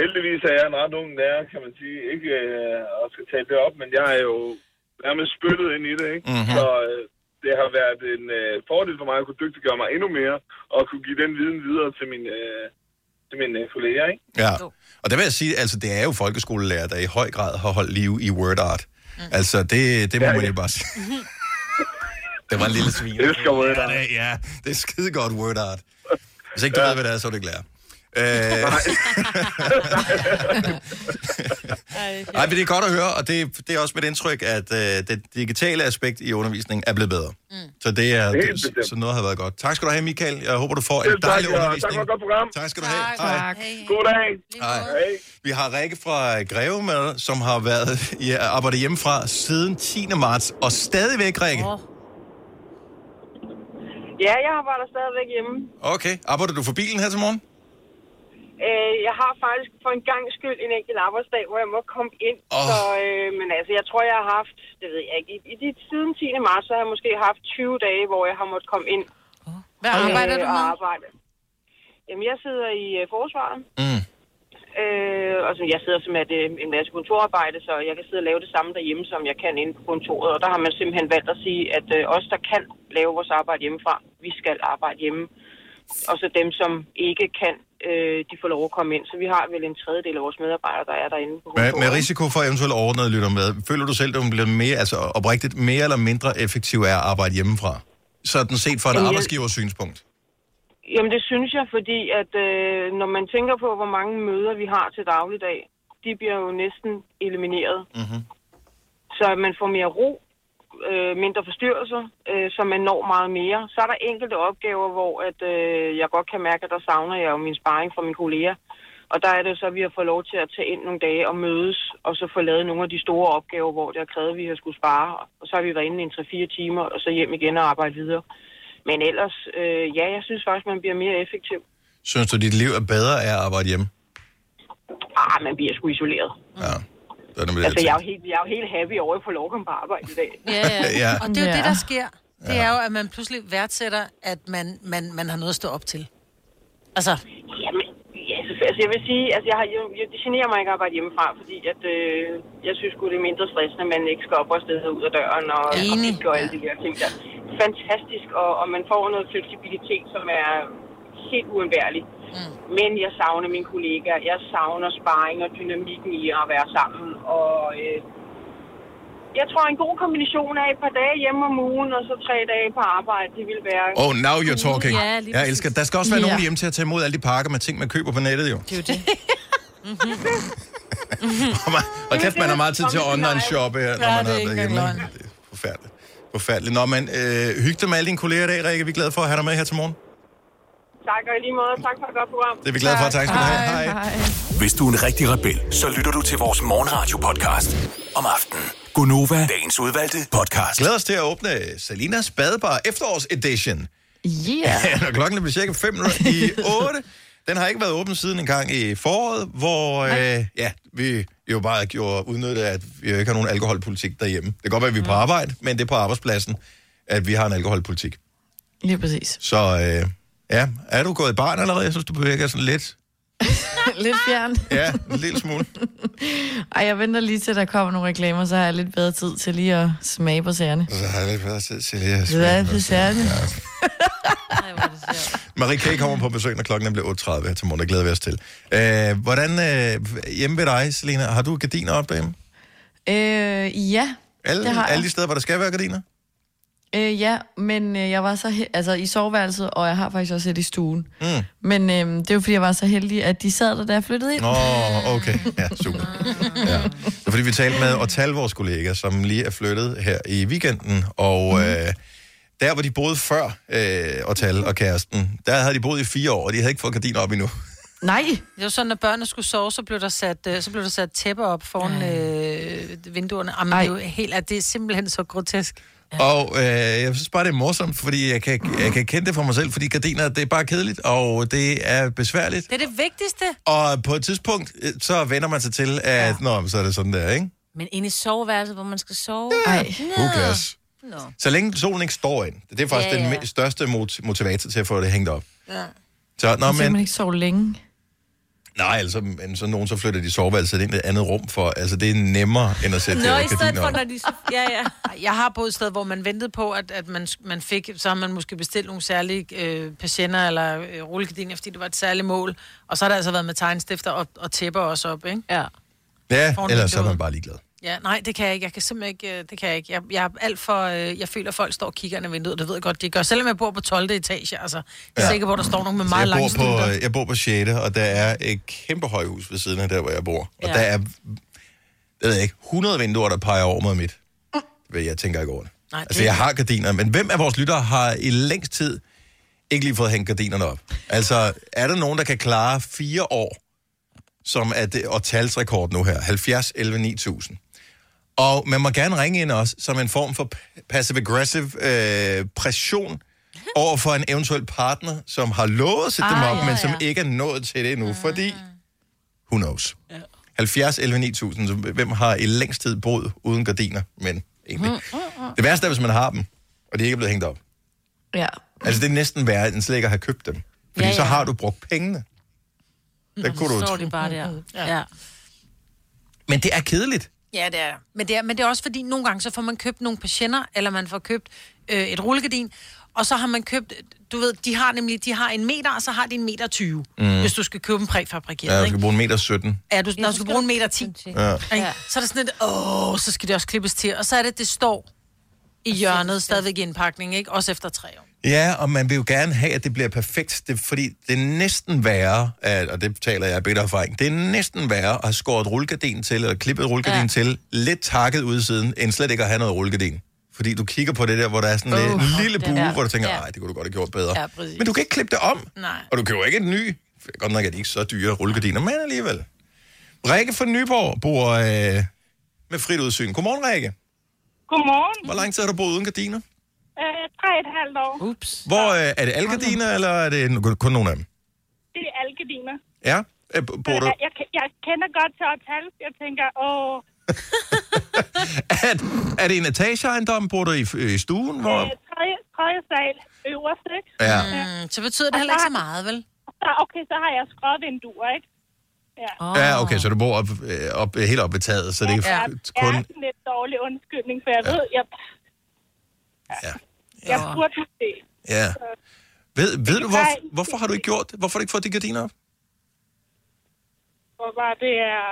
heldigvis er jeg en ret ung lærer, kan man sige, ikke øh, og skal tale det op, men jeg er jo nærmest spyttet ind i det, ikke? Mhm. Så øh, det har været en øh, fordel for mig at kunne dygtiggøre mig endnu mere, og kunne give den viden videre til mine, øh, til mine øh, kolleger, ikke? Ja, og der vil jeg sige, altså det er jo folkeskolelærer, der i høj grad har holdt liv i word art. Mm. Altså det, det må ja, man jo bare sige. det var en lille svin. Det elsker word art. Ja, det, ja, det er skide godt word art. Hvis ikke du ja. ved, hvad det er, så er du ikke lærer. Øh, Ej, men det er godt at høre, og det, det er også mit indtryk, at øh, det digitale aspekt i undervisningen er blevet bedre. Mm. Så det er, Helt det, bestemt. så noget har været godt. Tak skal du have, Michael. Jeg håber, du får Selv en dejlig tak, og undervisning. Tak for et godt program. Tak skal du have. Tak. Hej. Hej. God dag. Hej. Vi har Rikke fra Greve med, som har været ja, arbejdet hjemmefra siden 10. marts, og stadigvæk, Rikke. Ja, jeg arbejder stadigvæk hjemme. Okay, arbejder du for bilen her til morgen? Øh, jeg har faktisk for en gang skyld en enkelt arbejdsdag, hvor jeg må komme ind. Oh. Så, øh, men altså, jeg tror, jeg har haft, det ved jeg ikke, i, i de, siden 10. marts, så har jeg måske haft 20 dage, hvor jeg har måttet komme ind. Hvad arbejder du og med? Arbejde. Jamen, jeg sidder i øh, forsvaret. Mm. og så jeg sidder som at, øh, en masse kontorarbejde, så jeg kan sidde og lave det samme derhjemme, som jeg kan inde på kontoret. Og der har man simpelthen valgt at sige, at øh, os, der kan lave vores arbejde hjemmefra, vi skal arbejde hjemme. Og så dem, som ikke kan, øh, de får lov at komme ind. Så vi har vel en tredjedel af vores medarbejdere, der er derinde på Med, kontoret. med risiko for eventuelt overordnet lytter med, føler du selv, at du bliver mere, altså oprigtigt, mere eller mindre effektiv af at arbejde hjemmefra? Sådan set fra en Jamen, jeg- arbejdsgivers synspunkt. Jamen det synes jeg, fordi at øh, når man tænker på, hvor mange møder vi har til dagligdag, de bliver jo næsten elimineret. Mm-hmm. Så man får mere ro, øh, mindre forstyrrelser, øh, så man når meget mere. Så er der enkelte opgaver, hvor at, øh, jeg godt kan mærke, at der savner jeg jo min sparring fra mine kolleger. Og der er det jo så, at vi har fået lov til at tage ind nogle dage og mødes, og så få lavet nogle af de store opgaver, hvor det har krævet, at vi har skulle spare. Og så har vi været inde i en 3-4 timer, og så hjem igen og arbejde videre. Men ellers, øh, ja, jeg synes faktisk, man bliver mere effektiv. Synes du, dit liv er bedre af at arbejde hjemme? Ah, man bliver sgu isoleret. Ja. Det er nemlig det, Altså, jeg jeg er jo helt, jeg er jo helt happy over, at jeg får lov at komme på arbejde i dag. Ja, Ja. Og det er jo Ja. det, der sker. Det er jo, at man pludselig værdsætter, at man, man, man har noget at stå op til. Altså, Jamen, Jesus, altså, jeg vil sige, altså, jeg har, jeg, jeg, det generer mig ikke at arbejde hjemmefra, fordi at, øh, jeg synes sgu, det er mindre stressende, at man ikke skal op og sted ud af døren og, og kigge og alle de der ting der. Fantastisk, og, og man får noget fleksibilitet, som er helt uundværlig. Mm. Men jeg savner mine kollegaer, jeg savner sparring og dynamikken i at være sammen, og... Øh, jeg tror, en god kombination af et par dage hjemme om ugen, og så tre dage på arbejde, det vil være... Oh, now you're talking. Ja, lige jeg elsker. Der skal også være Ja. nogen hjemme til at tage imod alle de pakker med ting, man køber på nettet, jo. Det er jo det. Og kæft, man har meget tid til at online-shoppe, her, når Ja, man det er ikke har været hjemme. engang Det er forfærdeligt. Forfærdeligt. Nå, men øh, hyg dig med alle dine kolleger i dag, Rikke. Vi er glade for at have dig med her til morgen. Tak, og i lige måde, tak for et godt program. Det er vi glade for. Tak skal du have. Hej. Hvis du er en rigtig rebel, så lytter du til vores morgenradio-podcast om aftenen. Gunova, dagens udvalgte podcast. Glæder os til at åbne Salinas Badebar efterårs-edition. Yeah. Når klokken bliver cirka 5 i 8. Den har ikke været åben siden en gang i foråret, hvor øh, ja, vi jo bare gjorde udnyttet, at vi jo ikke har nogen alkoholpolitik derhjemme. Det kan godt være, at vi er på Mm. arbejde, men det er på arbejdspladsen, at vi har en alkoholpolitik. Lige præcis. Så øh, ja, er du gået i barn allerede? Jeg synes, du bevæger sådan lidt. lidt fjern. Ja, en lille smule. Ej, jeg venter lige til, der kommer nogle reklamer, så har jeg lidt bedre tid til lige at smage på sagerne. Så har jeg lidt bedre tid til at Det er på sagerne. Marie K. kommer på besøg, når klokken bliver 8.30 her til morgen. Det glæder vi os til. Øh, hvordan øh, hjemme ved dig, Selina, har du gardiner op derhjemme? Øh, ja. Alle, det har jeg. alle de steder, hvor der skal være gardiner? Øh, ja, men øh, jeg var så he- altså i soveværelset, og jeg har faktisk også et i stuen. Mm. Men øh, det var fordi, jeg var så heldig, at de sad der, da jeg flyttede ind. Nå, okay. Ja, super. Ja. Det er fordi, vi talte med Ortal, vores kollega, som lige er flyttet her i weekenden, og Mhm. mm. øh, der, hvor de boede før øh, Ortal og kæresten, der havde de boet i fire år, og de havde ikke fået gardiner op endnu. Nej. Det var sådan, at børnene skulle sove, så blev der sat, øh, så blev der sat tæpper op foran øh, vinduerne. Jamen, det er jo helt, at det er simpelthen så grotesk. Og øh, jeg synes bare, det er morsomt, fordi jeg kan, jeg kan kende det for mig selv, fordi gardiner, det er bare kedeligt, og det er besværligt. Det er det vigtigste. Og på et tidspunkt, øh, så vender man sig til, at ja. nå, men så er det sådan der, ikke? Men inde i soveværelset, hvor man skal sove? Ej. Who cares? Nå. Så længe solen ikke står ind. Det er faktisk Ja, ja, ja. ja. den me- største mot- motivator til at få det hængt op. Ja. Så, nå, Nå, men... Så kan men, man ikke sove længe. nej, altså, men så nogen så flytter de soveværelset ind i et andet rum, for altså, det er nemmere, end at sætte øh, gardiner op. de... Ja, ja. Jeg har boet et sted, hvor man ventede på, at, at man, man fik... Så har man måske bestilt nogle særlige øh, patienter eller øh, rullegardiner, fordi det var et særligt mål. Og så har der altså været med tegnstifter og, og tæpper også op, ikke? Ja. Ja, Foran ellers så er man vinduet. bare ligeglad. Ja, nej, det kan jeg ikke. Jeg kan simpelthen ikke... øh, Det kan jeg ikke. Jeg, jeg er alt for... Øh, jeg føler, at folk står og kigger ind ad vinduet. Det ved jeg godt, de gør. Selvom jeg bor på 12. etage, altså. Jeg er Ja. ja. sikker på, at der står nogen med Så meget jeg, lange bor på, stunder. øh, jeg bor på 6. og der er et kæmpe højhus ved siden af der, hvor jeg bor. Og Ja. ja. der er, jeg ved ikke, 100 vinduer, der peger over mod mit. Ved jeg tænker ikke over det. Nej, Altså, jeg har gardiner, men hvem af vores lyttere har i længst tid ikke lige fået hængt gardinerne op? Altså, er der nogen, der kan klare fire år, som er det årtalsrekord nu her? 70, 11, 9000. Og man må gerne ringe ind også, som en form for passive-aggressive øh, pression over for en eventuel partner, som har lovet at sætte dem Ah, op, ja, men som ja. Ah. ikke er nået til det endnu, fordi who knows. 70, 11, 9000, så hvem har i længst tid boet uden gardiner, men egentlig. Det værste er, hvis man har dem, og de ikke er blevet hængt op. Ja. Altså, det er næsten værre, end slet ikke at have købt dem. Fordi ja, Ja, ja. Mm-hmm. ja. så har du brugt pengene. Der kunne Så du... står de bare der. Ja. Men det er kedeligt. Ja, det er der. men det er, men det er også fordi, nogle gange så får man købt nogle patienter, eller man får købt øh, et rullegardin, og så har man købt, du ved, de har nemlig, de har en meter, og så har de en meter 20, Mm. mm. hvis du skal købe en præfabrikeret, Ja, du ikke? skal bruge en meter 17. Ja, du, når du skal bruge en meter 10. Ja. Ja. Så er der sådan et, åh, så skal det også klippes til, og så er det, det står i hjørnet stadigvæk i indpakningen, ikke? Også efter tre år. Ja, og man vil jo gerne have, at det bliver perfekt, det, fordi det er næsten værre, at, og det taler jeg af bedre erfaring, det er næsten værre at have skåret rullegardin til, eller klippet rullegardin ja. til, lidt takket ud i siden, end slet ikke at have noget rullegardin. Fordi du kigger på det der, hvor der er sådan en Uh, uh, lille det- bue, ja. hvor du tænker, Ja. nej, det kunne du godt have gjort bedre. Ja, præcis. Men du kan ikke klippe det om, Nej. og du køber ikke en ny. Godt nok er de ikke så dyre rullegardiner, men alligevel. Rikke fra Nyborg bor øh, med frit udsyn. Godmorgen, Rikke. Godmorgen. Hvor lang tid har du boet uden gardiner? Øh, tre og et halvt år. Ups. Hvor øh, er det alle gardiner, eller er det kun nogle af dem? Det er alle gardiner. Ja, øh, b- bor du... Jeg, jeg, jeg kender godt til at tale. Jeg tænker, åh, Er, er det en etageejendom? Bor du i, øh, i stuen? Hvor... øh, tredje, tredje sal øverst, ikke? Ja. Mm, så betyder det heller ikke så meget, vel? Så, okay, så har jeg skråvinduer, ikke? Ja. Ja, Ah, okay, så du bor op, øh, op, øh, helt oppe ved taget, så det er ja, f- kun... Det er sådan lidt dårlig undskyldning, for jeg ved, jeg... Ja. Jeg burde måske. Ja. Ved, ved du, Nej. hvor, hvorfor har du ikke gjort det? Hvorfor har du ikke fået de gardiner op? Hvor var det er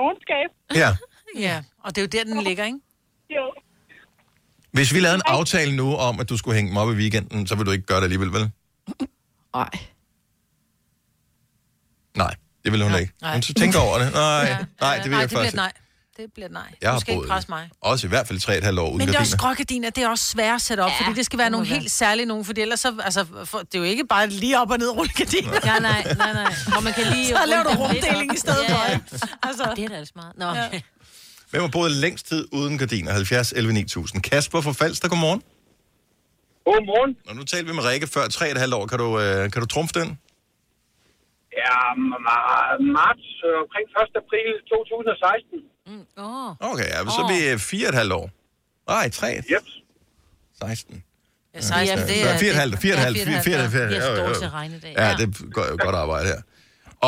ovenskab? Ja. Ja, og det er jo der, den ligger, ikke? Jo. Hvis vi lavede en aftale nu om, at du skulle hænge dem op i weekenden, så vil du ikke gøre det alligevel, vel? Nej. Nej, det vil hun da ikke. nej. Hun så tænker over det. Nej, nej, det vil nej, jeg det bliver faktisk et nej. Det bliver et nej. Jeg du har skal ikke boet presse mig. også i hvert fald 3,5 år uden Men det er også gardiner. skrågardiner, det er også svært at sætte op, ja, fordi det skal være nogle helt særlige nogen, fordi ellers så, altså, for, det er jo ikke bare lige op og ned rullegardiner. Nej, nej, nej, nej. Hvor man kan lige så laver du runde dem lidt rumdeling op. i stedet Ja, for, ja. ikke? Altså. Det er da altså meget. Nå, okay. Hvem har boet længst tid uden gardiner? 70, 11, 9000. Kasper fra Falster, godmorgen. Godmorgen. Og nu talte vi med Rikke før 3,5 år. Kan du, øh, kan du trumfe den? Ja, ma- marts, øh, omkring 1. april 2016. Mm, Åh. Okay, ja, så er vi øh, fire og et halvt år. Nej, tre. Yep. 16. Ja, 16, det Ja, er- Altså, fire og et halvt, fire og et Ja, halvt, fire og et fire og et halvt, halvt. ja. Jo, Vi er jo, store jo. til at regne i dag. Ja, Ja. det går godt arbejde her.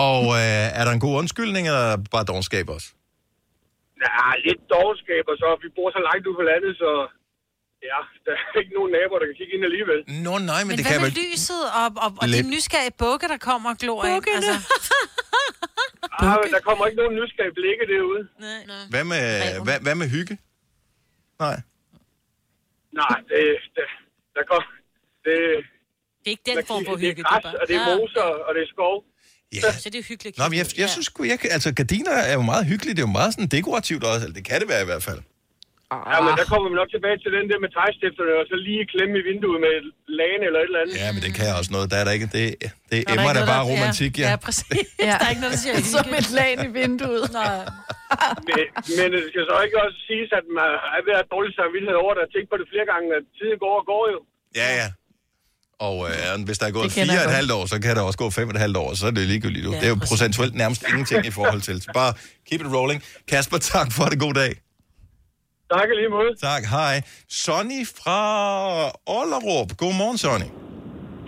Og øh, er der en god undskyldning, eller bare dogenskab også? Ja, lidt dogenskab, og så vi bor så langt ude på landet, så ja, der er ikke nogen naboer, der kan kigge ind alligevel. Nå nej, Men, hvad med lyset og, og, og Lidt. de nysgerrige bukke, der kommer og glor ind? Altså. Ah, men der kommer ikke nogen nysgerrige blikke derude. Nej, nej. Hvad med, hvad, hvad med hygge? Nej. Nej, det, det, der kom, det, Det er ikke den der form for kigger- hygge, Det er græs, det er bare- og det er Ja. moser, og det er skov. Ja. Så det er hyggeligt. Nå, men jeg, jeg synes sgu, jeg, kan- altså gardiner er jo meget hyggeligt, det er jo meget sådan dekorativt også, eller det kan det være i hvert fald. Ah. Ja, men Ah. der kommer vi nok tilbage til den der med tegstifterne, og så lige klemme i vinduet med et lagen eller et eller andet. Ja, men det kan jeg også noget, der er der ikke, det, det der emmer ikke der noget, bare der- ja. romantik, ja. Ja, præcis. Ja. Der er ikke noget, der siger hygge. Som et lag i vinduet. Nej. Men, men det skal så ikke også siges, at man er ved at have dårlig samvittighed over det, og tænke på det flere gange, at tiden går og går jo. Ja, ja. Og øh, hvis der er gået Det kender fire og jeg et godt. halvt år, så kan der også gå fem og et halvt år, så er det ligegyldigt. Ja, Ja, det er jo præcis. procentuelt nærmest ingenting i forhold til. Så bare keep it rolling. Kasper, tak for det. God dag. Tak lige måde. Tak, hej. Sonny fra Ollerup. Godmorgen, Sonny.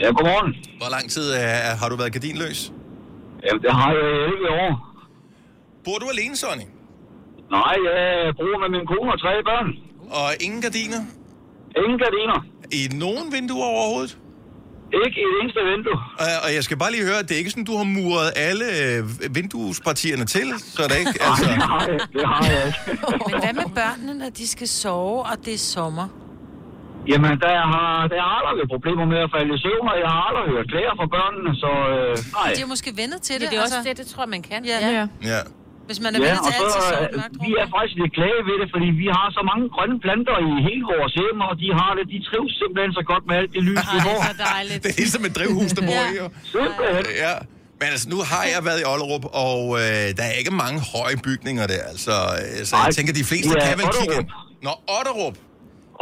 Ja, godmorgen. Hvor lang tid øh, har du været gardinløs? Jamen, det har jeg i 11 år. Bor du alene, Sonny? Nej, jeg bruger med min kone og tre børn. Og ingen gardiner? Ingen gardiner. I nogen vinduer overhovedet? Ikke et eneste vindue. Og, og jeg skal bare lige høre, at det er ikke sådan, du har muret alle øh, vinduespartierne til, så er det ikke? Altså... Nej, det har jeg ikke. Men hvad med børnene, når de skal sove, og det er sommer? Jamen, der har, der har aldrig været problemer med at falde i søvn, og jeg har aldrig hørt klager fra børnene, så øh, nej. De er måske vendet til det. Ja, det er også det, det tror jeg, man kan. Ja. Ja. Ja. Hvis man er vendet til altid sove øh, nok. vi er faktisk lidt glade ved det, fordi vi har så mange grønne planter i hele vores hjem, og de har det, de trives simpelthen så godt med alt det lys, vi får. Det er ligesom et drivhus, der bor i. Ja. jo. Ja. Men altså, nu har jeg været i Ollerup, og øh, der er ikke mange høje bygninger der, altså, øh, så jeg Nej, tænker, de fleste det er kan vel kigge Otterup. ind. Nå, Otterup.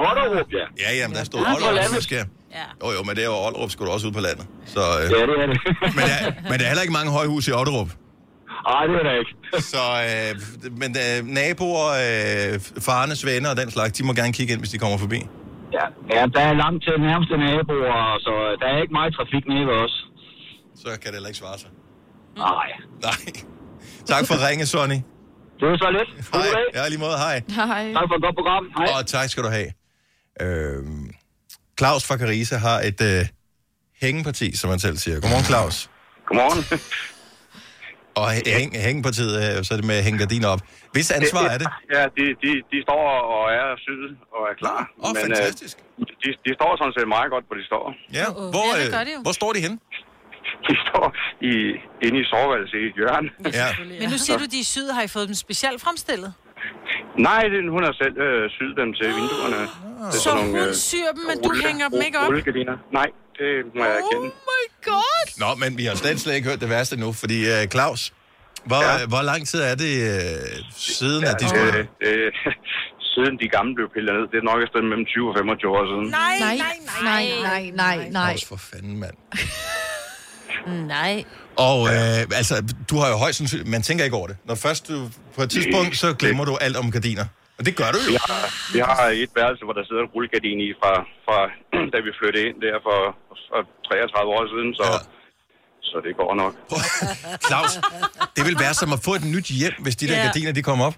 Otterup, ja. Ja, jamen, der stod Ja, på Otterup, landet. som sker. Ja. Jo, jo, men det er jo Ollerup, skulle du også ud på landet. Så, øh, Ja, det er det. men, der, men der er heller ikke mange højhuse i Otterup. Nej, det er der ikke. Så, øh, men øh, naboer, øh, farnes venner og den slags, de må gerne kigge ind, hvis de kommer forbi. Ja, ja, der er langt til nærmeste naboer, så øh, der er ikke meget trafik nede ved os. Så kan det heller ikke svare sig. Nej. Nej. Tak for at ringe, Sonny. Det var så lidt. Hej. Ja, lige måde. Hej. Hej. Tak for et godt program. Hej. Og tak skal du have. Øhm, Claus fra Carisa har et øh, hængeparti, som han selv siger. Godmorgen, Claus. Godmorgen. Og hæ- hæng, hængepartiet, øh, så er det med at hænge gardiner op. Hvis ansvar er det? Ja, de, de, de står og er syet og er klar. Åh, øh, fantastisk. de, de står sådan set meget godt, hvor de står. Ja, hvor, Ja, det gør øh, de jo. hvor står de henne? De står i, inde i soveværelset i et hjørne. Ja. Men nu siger du, de er syd, har I fået dem specielt fremstillet? Nej, det, hun har selv øh, syet dem til Ah. vinduerne. Det er Så sådan øh, hun syr dem, men du rulle- hænger dem ikke op? Oh Rullegardiner. Nej, det må jeg erkende. God! Nå, men vi har slet, slet ikke hørt det værste nu, fordi øh, Claus, hvor, ja. hvor lang tid er det øh, siden, ja, at de skulle... øh, øh, siden de gamle blev pillet ned, det er nok et sted mellem 20 og 25 år siden. Nej, nej, nej, nej, nej, nej. Claus, for fanden, mand. Nej. Og øh, altså, du har jo højst sandsynligt... Man tænker ikke over det. Når først du... På et tidspunkt, så glemmer du alt om gardiner. Og det gør du jo. Vi har, vi har et værelse, hvor der sidder en rullegardin i fra, fra da vi flyttede ind der for, for 33 år siden, så, ja. så det går nok. Claus, det vil være som at få et nyt hjem, hvis de der Ja. gardiner, de kommer op.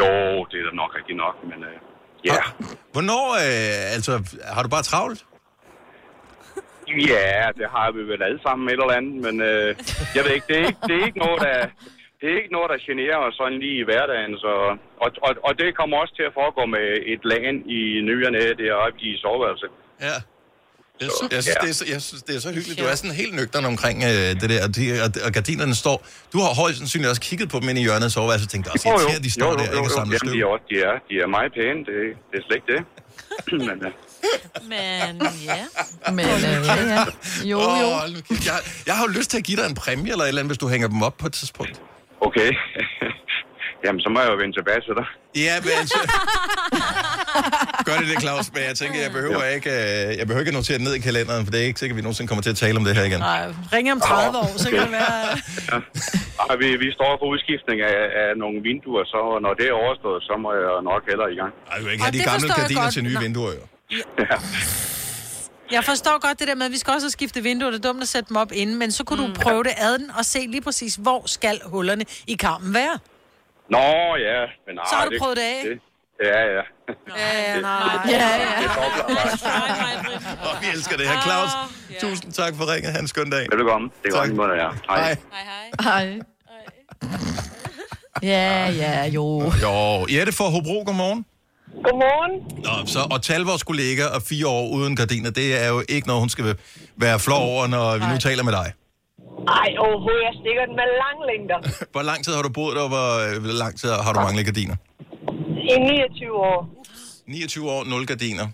Jo, det er da nok rigtigt nok, men øh, ja. Hvornår, øh, altså, har du bare travlt? Ja, det har vi vel alle sammen et eller andet, men øh, jeg ved ikke, det er ikke, det er ikke noget, der... Det er ikke noget, der generer os sådan lige i hverdagen, så... Og, og, og det kommer også til at foregå med et lagen i nyerne deroppe i soveværelset. Ja. Jeg, sy- jeg, synes, Ja. det er så, jeg synes, det er så hyggeligt. Du er sådan helt nøgteren omkring øh, det der, og, de, og, og gardinerne står... Du har højst sandsynligt også kigget på dem inde i hjørnet af soveværelset og tænkt, at Jo, jo. de Jo, står jo, der, jo, ikke og jo. samler Jamen, de støv. er, også- de, er, de er meget pæne, det, det er slet ikke det. Men, øh, Men ja. Men øh, ja, ja. Jo, Åh, jo. hold nu kæft. jeg, jeg har jo lyst til at give dig en præmie eller et eller andet, hvis du hænger dem op på et tidspunkt. okay. Jamen, så må jeg jo vende tilbage til dig. Ja, men altså... Gør det det, Claus, men jeg tænker, jeg behøver, ikke, øh, jeg behøver ikke at notere det ned i kalenderen, for det er ikke sikkert, at vi nogensinde kommer til at tale om det her igen. Nej, ring om 30 år, så kan det være... Ej, vi, vi står for udskiftning af, af nogle vinduer, så når det er overstået, så må jeg nok heller i gang. Ej, du vil ikke have Og de det gamle forstår jeg gardiner godt. til nye Nå. vinduer, jo. Ja. Jeg forstår godt det der med, at vi skal også have skiftet vinduer. Det er dumt at sætte dem op inden, men så kunne mm. du prøve det ad den og se lige præcis, hvor skal hullerne i karmen være. Nå, ja. Men, Så har du prøvet det af? Ja, ja. Ja, nej. Ja, ja. Og vi elsker det her, Claus. Ah, Tusind tak for ringet. Han skøn dag. Velkommen. Det er godt, i måned, ja. Hej. Hej. Ja, ja, jo. Jo, Jette fra Hobro, godmorgen. Godmorgen. Nå, så at tale vores kollega og fire år uden gardiner, det er jo ikke noget, hun skal være flov over, når vi nu taler med dig. Ej, overhovedet, jeg stikker den med lang længder. Hvor lang tid har du boet der, og hvor øh, lang tid har du manglet gardiner? I 29 år. 29 år, 0 gardiner.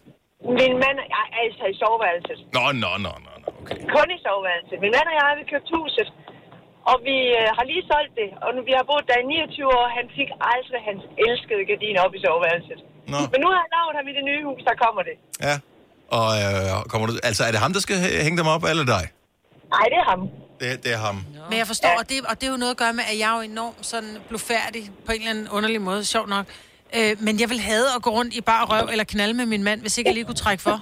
Min mand og jeg, altså i soveværelset. Nå, nå, nå, nå. Kun i soveværelset. Min mand og jeg, vi købte huset. Og vi øh, har lige solgt det. Og nu, vi har boet der i 29 år. Han fik aldrig hans elskede gardin op i soveværelset. Nå. Men nu har jeg lavet ham i det nye hus, der kommer det. Ja. Og øh, kommer du, altså, er det ham, der skal hæ- hænge dem op, eller dig? Nej, det er ham. Det, det er ham. Men jeg forstår, og det, og det er jo noget at gøre med, at jeg er jo enormt sådan blufærdig på en eller anden underlig måde, sjov nok. Øh, men jeg vil have at gå rundt i bare røv eller knalde med min mand, hvis ikke jeg lige kunne trække for.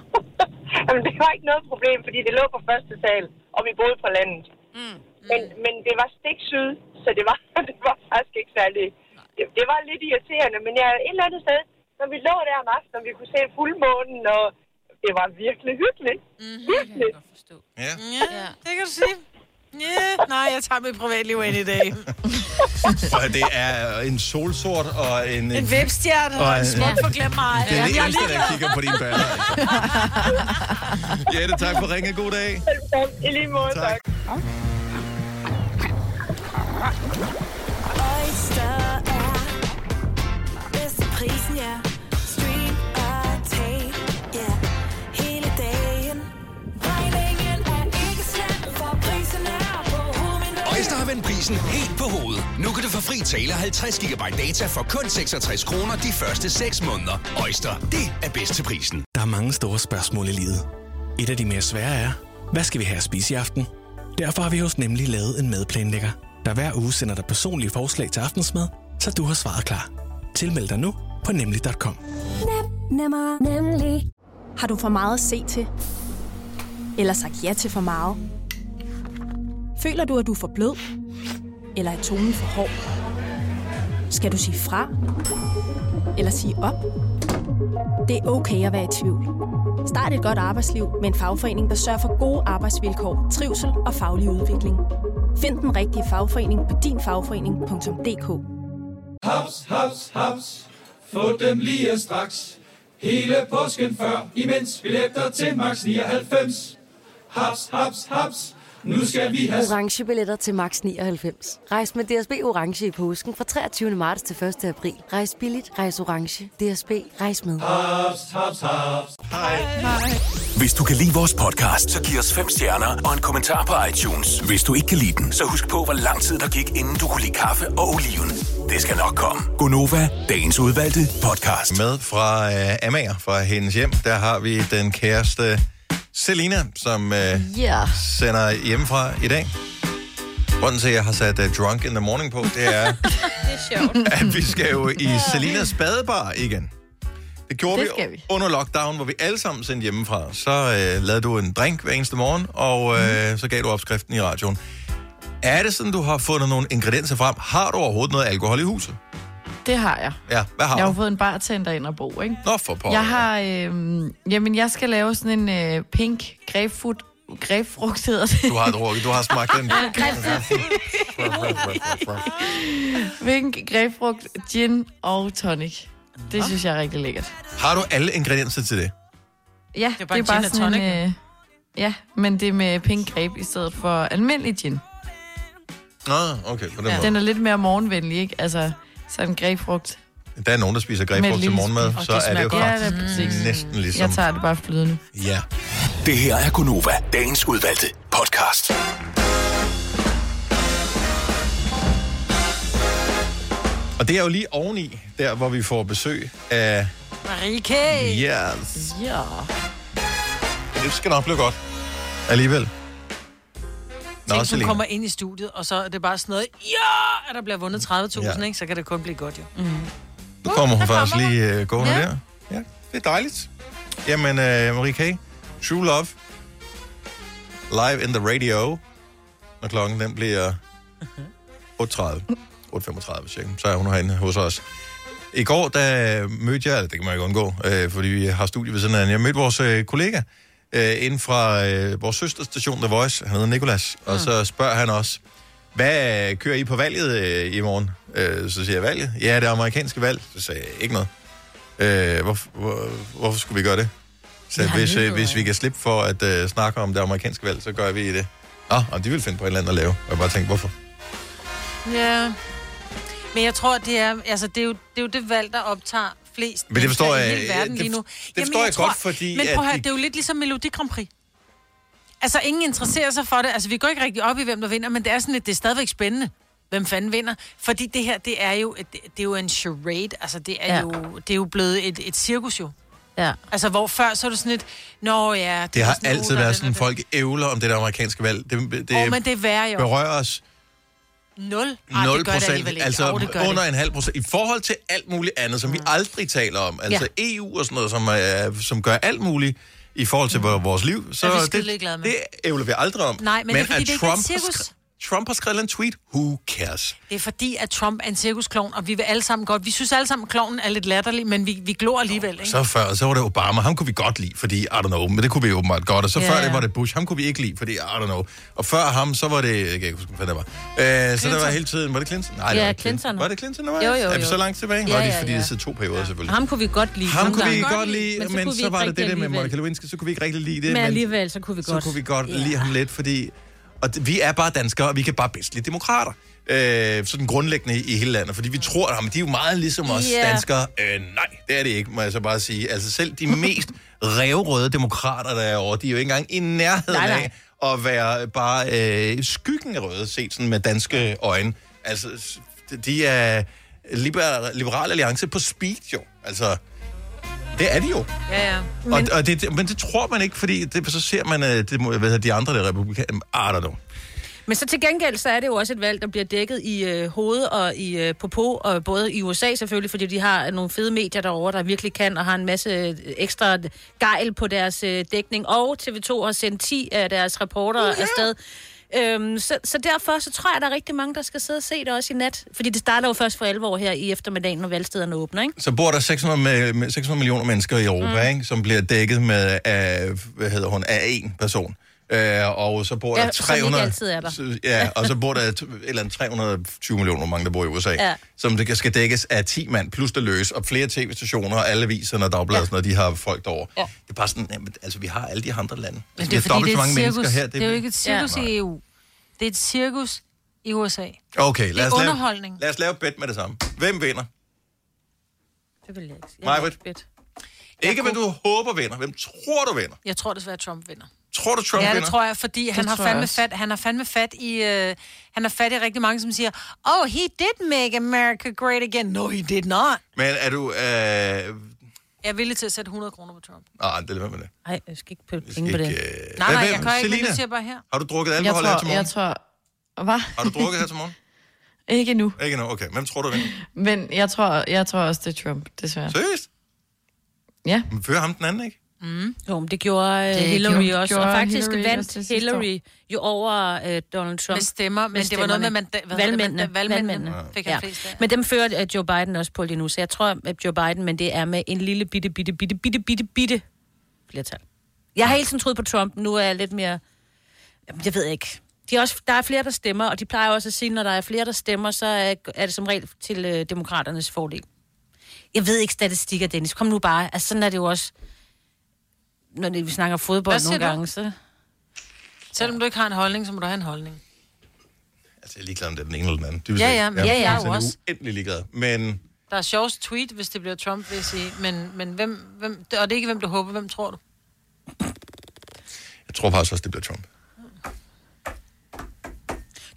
Jamen, det var ikke noget problem, fordi det lå på første sal, og vi boede på landet. Mm. Men, men det var stik syd, så det var, det var faktisk ikke særlig... Det, det var lidt irriterende, men jeg, et eller andet sted, når vi lå der om aftenen, og vi kunne se fuldmånen, og det var virkelig hyggeligt. Mm-hmm. Virkelig. Ja. Mm, ja, det kan du sige. Ja, nej, jeg tager mit privatliv ind i dag. Og det er en solsort og en... En vipstjerne og en smuk forglem mig. Det er det Jeg eneste, der ligeglad. kigger på dine baller. Altså. Jette, tak for ringet. God dag. I lige måde, tak. tak. Oyster er bedst til prisen, ja. Stream og tag, ja. Hele dagen. Regningen er ikke slem, for prisen er på Øjster har vendt prisen helt på hovedet. Nu kan du få fri tale 50 GB data for kun 66 kroner de første 6 måneder. Øjster, det er bedst til prisen. Der er mange store spørgsmål i livet. Et af de mere svære er, hvad skal vi have at spise i aften? Derfor har vi hos Nemlig lavet en madplanlægger, der hver uge sender dig personlige forslag til aftensmad, så du har svaret klar. Tilmeld dig nu på nemlig.com. Nem, nemmer, nemlig. Har du for meget at se til? Eller sagt ja til for meget? Føler du, at du er for blød? Eller er tonen for hård? Skal du sige fra? Eller sige op? Det er okay at være i tvivl. Start et godt arbejdsliv med en fagforening, der sørger for gode arbejdsvilkår, trivsel og faglig udvikling. Find den rigtige fagforening på dinfagforening.dk. Haps, haps, haps. Få dem lige straks. Hele påsken før, imens billetter til max 99. Haps, haps, haps. Nu skal vi have... orange billetter til max 99. Rejs med DSB orange i påsken fra 23. marts til 1. april. Rejs billigt, rejs orange. DSB rejs med. Ah, Haps, haps, haps. Hvis du kan lide vores podcast, så giv os fem stjerner og en kommentar på iTunes. Hvis du ikke kan lide den, så husk på, hvor lang tid der gik, inden du kunne lide kaffe og oliven. Det skal nok komme. Gonova, dagens udvalgte podcast. Med fra øh, Amager, fra hendes hjem, der har vi den kæreste Selina, som øh, Yeah. sender hjemmefra i dag. Grunden til, at jeg har sat uh, Drunk in the Morning på, det er, Det er sjovt. at vi skal jo i Selinas badebar igen. Det gjorde Det vi, skal vi. under lockdown, hvor vi alle sammen sendte hjemmefra. Så øh, lavede du en drink hver eneste morgen, og øh, Mhm. så gav du opskriften i radioen. Er det sådan, du har fundet nogle ingredienser frem? Har du overhovedet noget alkohol i huset? Det har jeg. Ja, hvad har jeg har du? jo fået en bartender ind og bo, ikke? Nå, for pokker. Jeg har, øh, jamen jeg skal lave sådan en øh, pink grapefruit, grapefrugt hedder det. Du har drukket, du har smagt den. Ja, Pink grapefrugt, gin og tonic. Det synes jeg er rigtig lækkert. Har du alle ingredienser til det? Ja, det er bare, en gin og sådan tonic, en, øh, Ja, men det er med pink grape i stedet for almindelig gin. Nå, okay, på den Ja. måde. Den er lidt mere morgenvenlig, ikke? Altså, sådan en grapefrugt. Der er nogen, der spiser med grebfrugt et til lille morgenmad, spil. så Og er det jo smager faktisk godt. Ja, det er præcis. næsten ligesom... Jeg tager det bare flydende. Ja. Det her er Gonova, dagens udvalgte podcast. Og det er jo lige oveni, der hvor vi får besøg af... Marie K. Yes. Ja. Det skal nok blive godt. Alligevel. Nå, Tænk, hun Selina. kommer ind i studiet, og så er det bare sådan noget, ja, at der bliver vundet 30.000, Mm. Ja. ja. ikke? Så kan det kun blive godt, jo. Mm. Nu kommer hun faktisk lige øh, gående Ja. der. Ja, det er dejligt. Jamen, øh, Marie K. True Love. Live in the radio. Når klokken den bliver 8.30. 8.35 cirka. Så er hun herinde hos os. I går, der mødte jeg, eller det kan man jo ikke undgå, øh, fordi vi har studie ved siden af, hinanden. jeg mødte vores øh, kollega øh, inden fra øh, vores søsterstation The Voice, han hedder Nikolas, og så spørger han os, hvad øh, kører I på valget øh, i morgen? Øh, så siger jeg, valget? Ja, det er amerikanske valg. Så sagde jeg, ikke noget. Øh, hvor, hvor, hvorfor skulle vi gøre det? Så Vi har hvis, øh, nyheder, hvis vi kan slippe for at øh, snakke om det amerikanske valg, så gør vi det. Nå, og de vil finde på et eller andet at lave. Og jeg bare tænkte, hvorfor? Ja. Men jeg tror, det er, altså, det, er jo, det er jo det valg, der optager flest Men det forstår mennesker i jeg- hele verden det- lige nu. det forstår jeg godt, fordi Men at prøv at høre, de- det er jo lidt ligesom Melodi Grand Prix. Altså, ingen interesserer sig for det. Altså, vi går ikke rigtig op i, hvem der vinder, men det er sådan lidt, det er stadigvæk spændende, hvem fanden vinder. Fordi det her, det er jo, det, det er jo en charade. Altså, det er, Ja. ja. jo, det er jo blevet et, et cirkus jo. Ja. Altså, hvor før så er det sådan lidt, nå ja... Det var har sådan, altid uh, der er været den sådan, og folk øh, ævler om det der amerikanske valg. Det, det, den. Åh, men det er værre jo. berører os Nul. Ej, 0 det gør det alligevel ikke. altså Jo, det Mm. gør under det. en halv procent, i forhold til alt muligt andet, som vi aldrig taler om, altså ja. EU og sådan noget, som, øh, som gør alt muligt i forhold til mm. vores liv, så Er vi skide det, ligeglade med. det ævler vi aldrig om. Nej, men det er fordi, det ikke er et har cirkus. skre- Trump har skrevet en tweet, who cares? Det er fordi, at Trump er en cirkusklon, og vi vil alle sammen godt. Vi synes alle sammen, at klonen er lidt latterlig, men vi, vi glor alligevel, ikke? Så før, så var det Obama, ham kunne vi godt lide, fordi, I don't know, men det kunne vi åbenbart godt, og så Ja, før det ja. var det Bush, ham kunne vi ikke lide, fordi, I don't know, og før ham, så var det, jeg kan ikke huske, hvad det var, øh, så der var Clinton. hele tiden, var det Clinton? Nej, det var Ja, ikke Clinton. Var det Clinton, der var? Jo, jo, jo. Er vi så langt tilbage? Ja, Nå, det er fordi, ja. det sidder to perioder, selvfølgelig. Og ham kunne vi godt lide. Ham nogle kunne vi gange. godt lide, men så, kunne vi så ikke var det rigtig det der med alligevel. Monica Lewinsky, så kunne vi ikke rigtig lide det. Men alligevel, så kunne vi godt. Så kunne vi godt lide ham lidt, fordi... Og det, vi er bare danskere, og vi kan bare bedst lide demokrater. Øh, sådan grundlæggende i, i hele landet, fordi vi tror, at jamen, de er jo meget ligesom os Ja. yeah. danskere. Øh, nej, det er det ikke, må jeg så bare sige. Altså selv de mest revrøde demokrater, der er over, de er jo ikke engang i nærheden Nej, nej. af at være bare øh, skyggen af røde, set sådan med danske øjne. Altså, s- de er liberal, liberal alliance på speed jo. Altså, det er de jo. Ja, ja. Men... Og, og det, det- men det tror man ikke, fordi det, så ser man øh, det, må- hvad hedder, de andre der er republikanere. Ah, der Men så til gengæld, så er det jo også et valg, der bliver dækket i øh, hoved og i øh, popo, og både i USA selvfølgelig, fordi de har nogle fede medier derovre, der virkelig kan, og har en masse øh, ekstra gejl på deres øh, dækning. Og TV2 har sendt 10 af deres reportere uh, afsted Øhm, så, så derfor så tror jeg, at der er rigtig mange, der skal sidde og se det også i nat. Fordi det starter jo først for alvor her i eftermiddagen, når valgstederne åbner, ikke? Så bor der 600, med- med 600 millioner mennesker i Europa, mm. ikke, som bliver dækket med af, hvad hedder hun, af én person. Øh, og så bor Ja, der som ikke 300... altid er der. s- Ja, og så bor der et, et eller andet 320 millioner, hvor mange der bor i USA, Ja. ja. som det skal dækkes af 10 mand, plus det løs, og flere tv-stationer, og alle viserne og dagblade, ja. når de har folk derovre. Ja. Det er bare sådan, jamen, altså vi har alle de andre lande. Men Altså, det er, vi fordi har dobbelt det så er mange et cirkus. mennesker her. Det, det er jo ikke et cirkus Nej. ja. i EU. Det er et cirkus i USA. Okay, det lad er os, lave, underholdning. lad os lave et bet med det samme. Hvem vinder? Det vil jeg ikke. Jeg Majbrit? vil ikke bet. Ikke, hvem du håber vinder. Hvem tror du vinder? Jeg tror desværre, at Trump vinder. Tror du, Trump ja, vinder? det tror jeg, fordi Det han har tror jeg fandme også. fat, han har fandme fat i, øh, han har fat i rigtig mange, som siger, oh, he did make America great again. No, he did not. Men er du... Øh... Jeg er villig til at sætte 100 kroner på Trump. Nej, det er med det. Nej, jeg skal ikke pille penge på det. Nej, nej, jeg kan ikke, men det siger jeg bare her. Har du drukket Jeg alkohol her til tror, morgen? jeg tror... Hvad? Har du drukket her til morgen? Ikke nu. Ikke endnu, okay. Hvem tror du vinder? Men jeg tror, jeg tror også, det er Trump, desværre. Seriøst? Ja. Men Fører ham den anden, ikke? Mm. Jo, men det gjorde det Det Øh, Hillary gjorde- også. gjorde og faktisk Hillary Hillary også vandt til også sidste Hillary jo over øh, Donald Trump. Med stemmer, men det var noget med manda- hvad hedder det? valgmændene. Manda- valgmændene fik han ja. flest af. Men dem fører øh, Joe Biden også på lige nu, så jeg tror, at Joe Biden, men det er med en lille bitte, bitte, bitte, bitte, bitte, bitte flertal. Jeg har hele tiden troet på Trump, nu er jeg lidt mere... Jamen, Jeg ved ikke. De er også, der er flere, der stemmer, og de plejer også at sige, når der er flere, der stemmer, så er, er det som regel til øh, demokraternes fordel. Jeg ved ikke statistikker, Dennis. Kom nu bare. Altså, sådan er det jo også, når det- vi snakker fodbold Hvad siger nogle du? gange. Så... Selvom du ikke har en holdning, så må du have en holdning. Altså, jeg er ligeglad om det er den ene eller den anden. Dybest Ja, set. ja, men jeg er jo sådan også. uendelig ligeglad. Men Der er sjovest tweet, hvis det bliver Trump, vil jeg sige. Men, men hvem, hvem, og det er ikke, hvem du håber, hvem tror du? jeg tror faktisk også, det bliver Trump.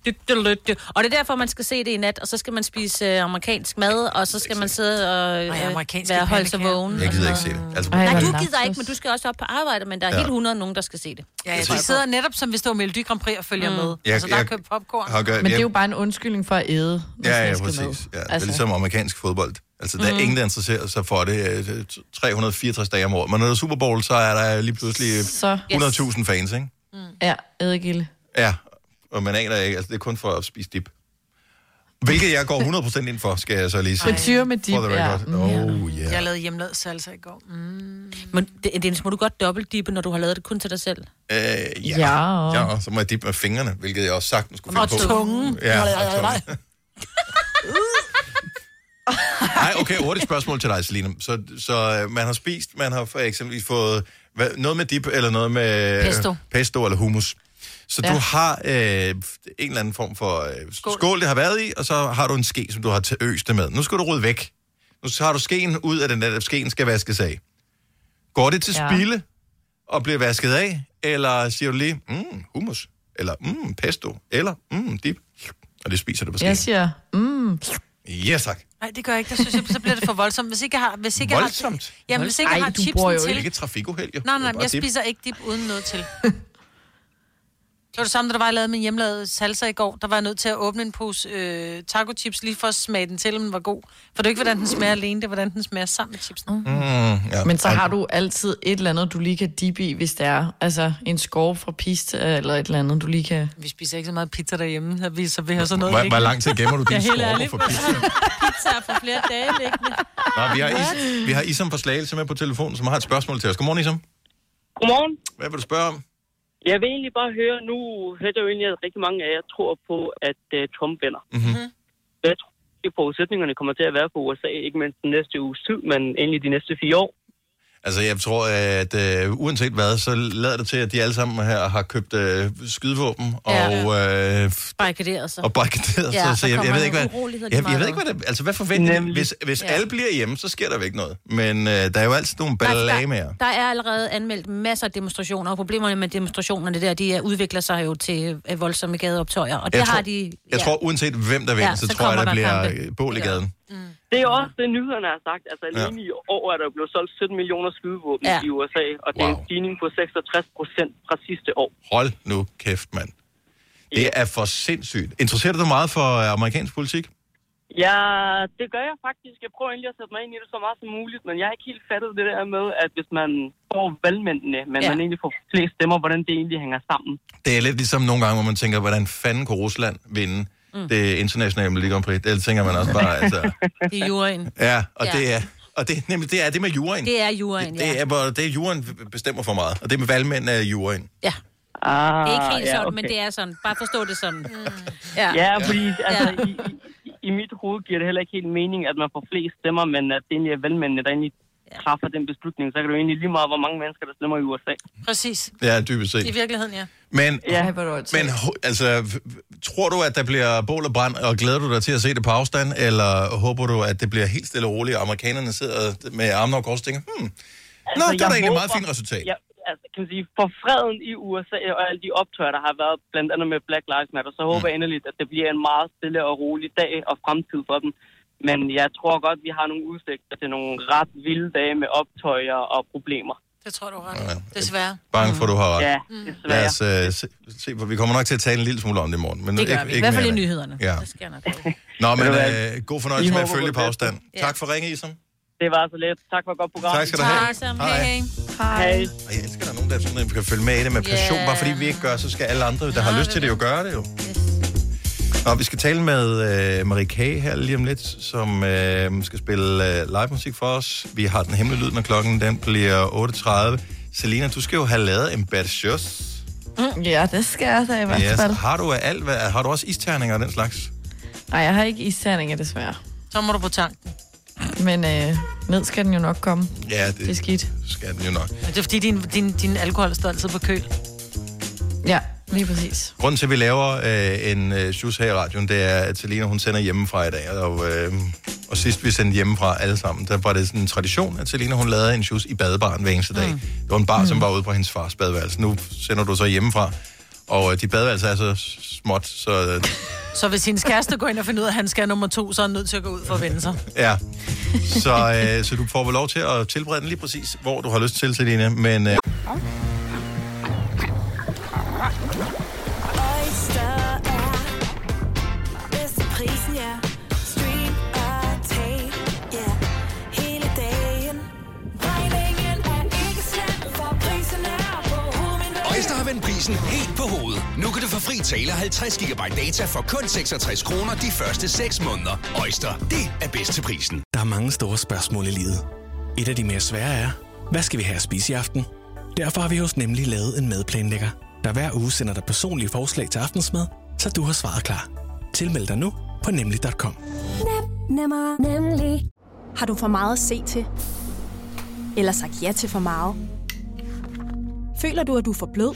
Dyt, dyt, dyt, dyt. Og det er derfor, man skal se det i nat, og så skal man spise øh, amerikansk mad, og så skal man sidde og øh, Ej, amerikanske være holdt sig pandekager. vågen. Jeg og gider sådan ikke se det. Altså, noget. Ej, Nej, hvor du lapsus. gider ikke, men du skal også op på arbejde, men der er Ja. helt 100 nogen, der skal se det. Ja, jeg jeg tror tror, på. sidder netop, som hvis det var Melodi Grand Prix og følger mm. med. Jeg- altså, der er jeg- købt popcorn. har gør- Men det er jeg- jo bare en undskyldning for at æde. Ja, når ja, sådan noget skal præcis. med. Ja, altså. Det er ligesom amerikansk fodbold. Altså, der er Mhm. ingen, der interesserer sig for det øh, 364 dage om året. Men når der er Super Bowl, så er der lige pludselig øh, Så- 100.000 fans, ikke? Mm. Ja, ædegilde. Ja, og man aner ikke. Altså, det er kun for at spise dip. Hvilket jeg går 100% ind for, skal jeg så lige sige. Frityre med dip, For the record. ja. Oh, Yeah. Jeg yeah. lavede hjemmelavet salsa i går. Mm. Men det, Dennis, må du godt dobbeltdippe, når du har lavet det kun til dig selv? Øh, ja. Ja. ja. og så må jeg dippe med fingrene, hvilket jeg også sagtens skulle finde Og på. tungen. Ja, Nej, nej, og nej. tungen. Nej, okay, hurtigt spørgsmål til dig, Selina. Så, så øh, man har spist, man har for eksempel fået hvad, noget med dip, eller noget med... øh, Pesto. Pesto eller hummus. Så Ja. ja. du har øh, en eller anden form for øh, skål. skål, det har været i, og så har du en ske, som du har til øst det med. Nu skal du rydde væk. Nu har du skeen ud af den der, skeen skal vaskes af. Går det til Ja. spilde og bliver vasket af, eller siger du lige, mm, hummus, eller mm, pesto, eller mm, dip, og det spiser du på skeen. Jeg siger, mm. Ja, tak. Nej, det gør jeg ikke. Der synes jeg, så bliver det for voldsomt. Hvis ikke jeg har... Hvis ikke jeg Voldsomt? Har, jamen, hvis ikke jeg har du bruger chipsen jo til... ikke trafikuheld, jo. Nej, Det nej, nej, er bare jeg dip. spiser ikke dip uden noget til. det var det samme, da der var, jeg lavede min hjemmelavede salsa i går. Der var jeg nødt til at åbne en pose øh, taco chips lige for at smage den til, om den var god. For det er jo ikke, hvordan den smager alene, det er, hvordan den smager sammen med chipsen. Mm. Mm, ja. Men så har du altid et eller andet, du lige kan dippe i, hvis det er. Altså en skorp fra pist, eller et eller andet, du lige kan... Vi spiser ikke så meget pizza derhjemme, så vi, så vi har sådan noget. Hvor, hvor lang tid gemmer du dine skorper for pizza? pizza for flere dage liggende. Nå, vi, har Is, vi har Isam fra Slagelse med på telefonen, som har et spørgsmål til os. Godmorgen, Isam. Godmorgen. Hvad vil du spørge om? Jeg vil egentlig bare høre, nu hørte jeg jo egentlig, at rigtig mange af jer tror på, at uh, Trump vinder. Mm-hmm. Hvad tror I, forudsætningerne kommer til at være for USA, ikke mindst den næste uge tid, men egentlig de næste fire år? Altså, jeg tror, at øh, uanset hvad, så lader det til, at de alle sammen her har købt øh, skydevåben og, ja. øh, Barrikaderet sig. og barrikaderet Ja, sig. Så der jeg, jeg, kommer ved ikke, nogle hvad, uroligheder lige jeg, jeg ved meget. ikke, hvad det Altså, hvad forventer de? Hvis, hvis ja. alle bliver hjemme, så sker der vel ikke noget. Men øh, der er jo altid nogle ballamere. Der er allerede anmeldt masser af demonstrationer, og problemerne med demonstrationerne der, de øh, udvikler sig jo til øh, voldsomme gadeoptøjer, og det Jeg har tror- de... Jeg tror, uanset hvem der vinder, Ja, så, så tror jeg, kommer der, bliver der kampe. øh, bål i gaden. Det er jo også det, nyhederne har sagt. Altså alene ja. i år er der jo blevet solgt 17 millioner skydevåben Ja. ja. i USA, og det er en stigning på 66 procent fra sidste år. Hold nu kæft, mand. Det er for sindssygt. Interesserer du dig meget for øh, amerikansk politik? Ja, det gør jeg faktisk. Jeg prøver egentlig at sætte mig ind i det så meget som muligt, men jeg har ikke helt fattet det der med, at hvis man får valgmændene, men ja. man egentlig får flest stemmer, hvordan det egentlig hænger sammen. Det er lidt ligesom nogle gange, hvor man tænker, hvordan fanden kunne Rusland vinde mm. det internationale Melodi Grand Prix? Det tænker man også bare, altså... Det er juryen. Ja, og Ja. ja. det er... Og det, nemlig, det er det med juryen. Det er juryen, det, det ja. er, hvor det er juryen bestemmer for meget, og det med valgmænd er juryen. Ja. Ah, Det er ikke helt sådan, men det er sådan. Bare forstå det sådan. Mm. Ja, ja fordi altså, i, i, i mit hoved giver det heller ikke helt mening, at man får flest stemmer, men at det egentlig er valgmændene, der egentlig træffer den beslutning, så kan det jo egentlig lige meget, hvor mange mennesker, der stemmer i USA. Præcis. Ja, dybest set. I virkeligheden, ja. Men, Ja. ja, Ej, hvor er du altså- men ho- altså, v- v- tror du, at der bliver bål og brand, og glæder du dig til at se det på afstand, eller håber du, at det bliver helt stille og roligt, og amerikanerne sidder med armene over kors og tænker, hmm, Nå, Altså, det er da egentlig meget fint resultat. Jeg, altså, kan man sige, for freden i USA og alle de optøjer, der har været blandt andet med Black Lives Matter, så håber jeg endeligt, at det bliver en meget stille og rolig dag og fremtid for dem. Men jeg tror godt, vi har nogle udsigter til nogle ret vilde dage med optøjer og problemer. Det tror du ret. Ja. Desværre. bange for, du har ret. Ja, Lad desværre. os øh, se, se, for vi kommer nok til at tale en lille smule om det i morgen. Men Det gør ikke, vi. ikke I hvert fald i mere end- nyhederne. Ja. Det sker nok. Nå, men Ved du hvad? øh, god I fornøjelse med at håber følge på på det afstand. bedste. Tak for ringe, Isam. Det var så let. Tak for et godt program. Tak skal du have. Tak, Sam. Hej. Hej, Hej. Og jeg elsker, at der er nogen, der sådan, at kan følge med i det med passion. Ja. Bare fordi vi ikke gør, så skal alle andre, der har lyst til det, jo gøre det jo. Nå, vi skal tale med øh, Marie Kage her lige om lidt, som øh, skal spille øh, live musik for os. Vi har den hemmelige lyd, når klokken den bliver 8.30. Selina, du skal jo have lavet en bad shows. Mm, ja, det skal jeg så i hvert Yes. fald. Har du af alt, hvad, har du også isterninger og den slags? Nej, jeg har ikke isterninger, desværre. Så må du på tanken. Men øh, ned skal den jo nok komme. Ja, det, det er skidt. skal den jo nok. Men Det er fordi, din, din, din alkohol står altid på køl. Ja, lige præcis. Grunden til, at vi laver øh, en øh, shoes her i radioen, det er, at Selina, hun sender hjemmefra i dag. Og, øh, og sidst vi sendte hjemmefra alle sammen, der var det sådan en tradition, at Selina, hun lavede en shoes i badebaren hver eneste dag. Mm. Det var en bar, mm. som var ude på hendes fars badeværelse. Nu sender du så hjemmefra, og øh, dit badeværelse er så småt, så øh, Så hvis hendes kæreste går ind og finder ud af, at han skal have nummer to, så er han nødt til at gå ud for at vende sig. ja. Så, øh, så du får vel lov til at tilberede den lige præcis, hvor du har lyst til, Selina. Men øh, Oyster er bedst til prisen, ja. Stream og tag, ja. Hele dagen. Regningen er ikke slem, for prisen er på hovedet. Øjster har vendt prisen helt på hovedet. Nu kan du få fri tale og 50 GB data for kun 66 kroner de første 6 måneder. Øjster, det er bedst til prisen. Der er mange store spørgsmål i livet. Et af de mere svære er, hvad skal vi have at spise i aften? Derfor har vi hos Nemlig lavet en madplanlægger, der hver uge sender dig personlige forslag til aftensmad, så du har svaret klar. Tilmeld dig nu på nemlig.com. Nem, nemmer, nemlig. Har du for meget at se til? Eller sagt ja til for meget? Føler du, at du er for blød?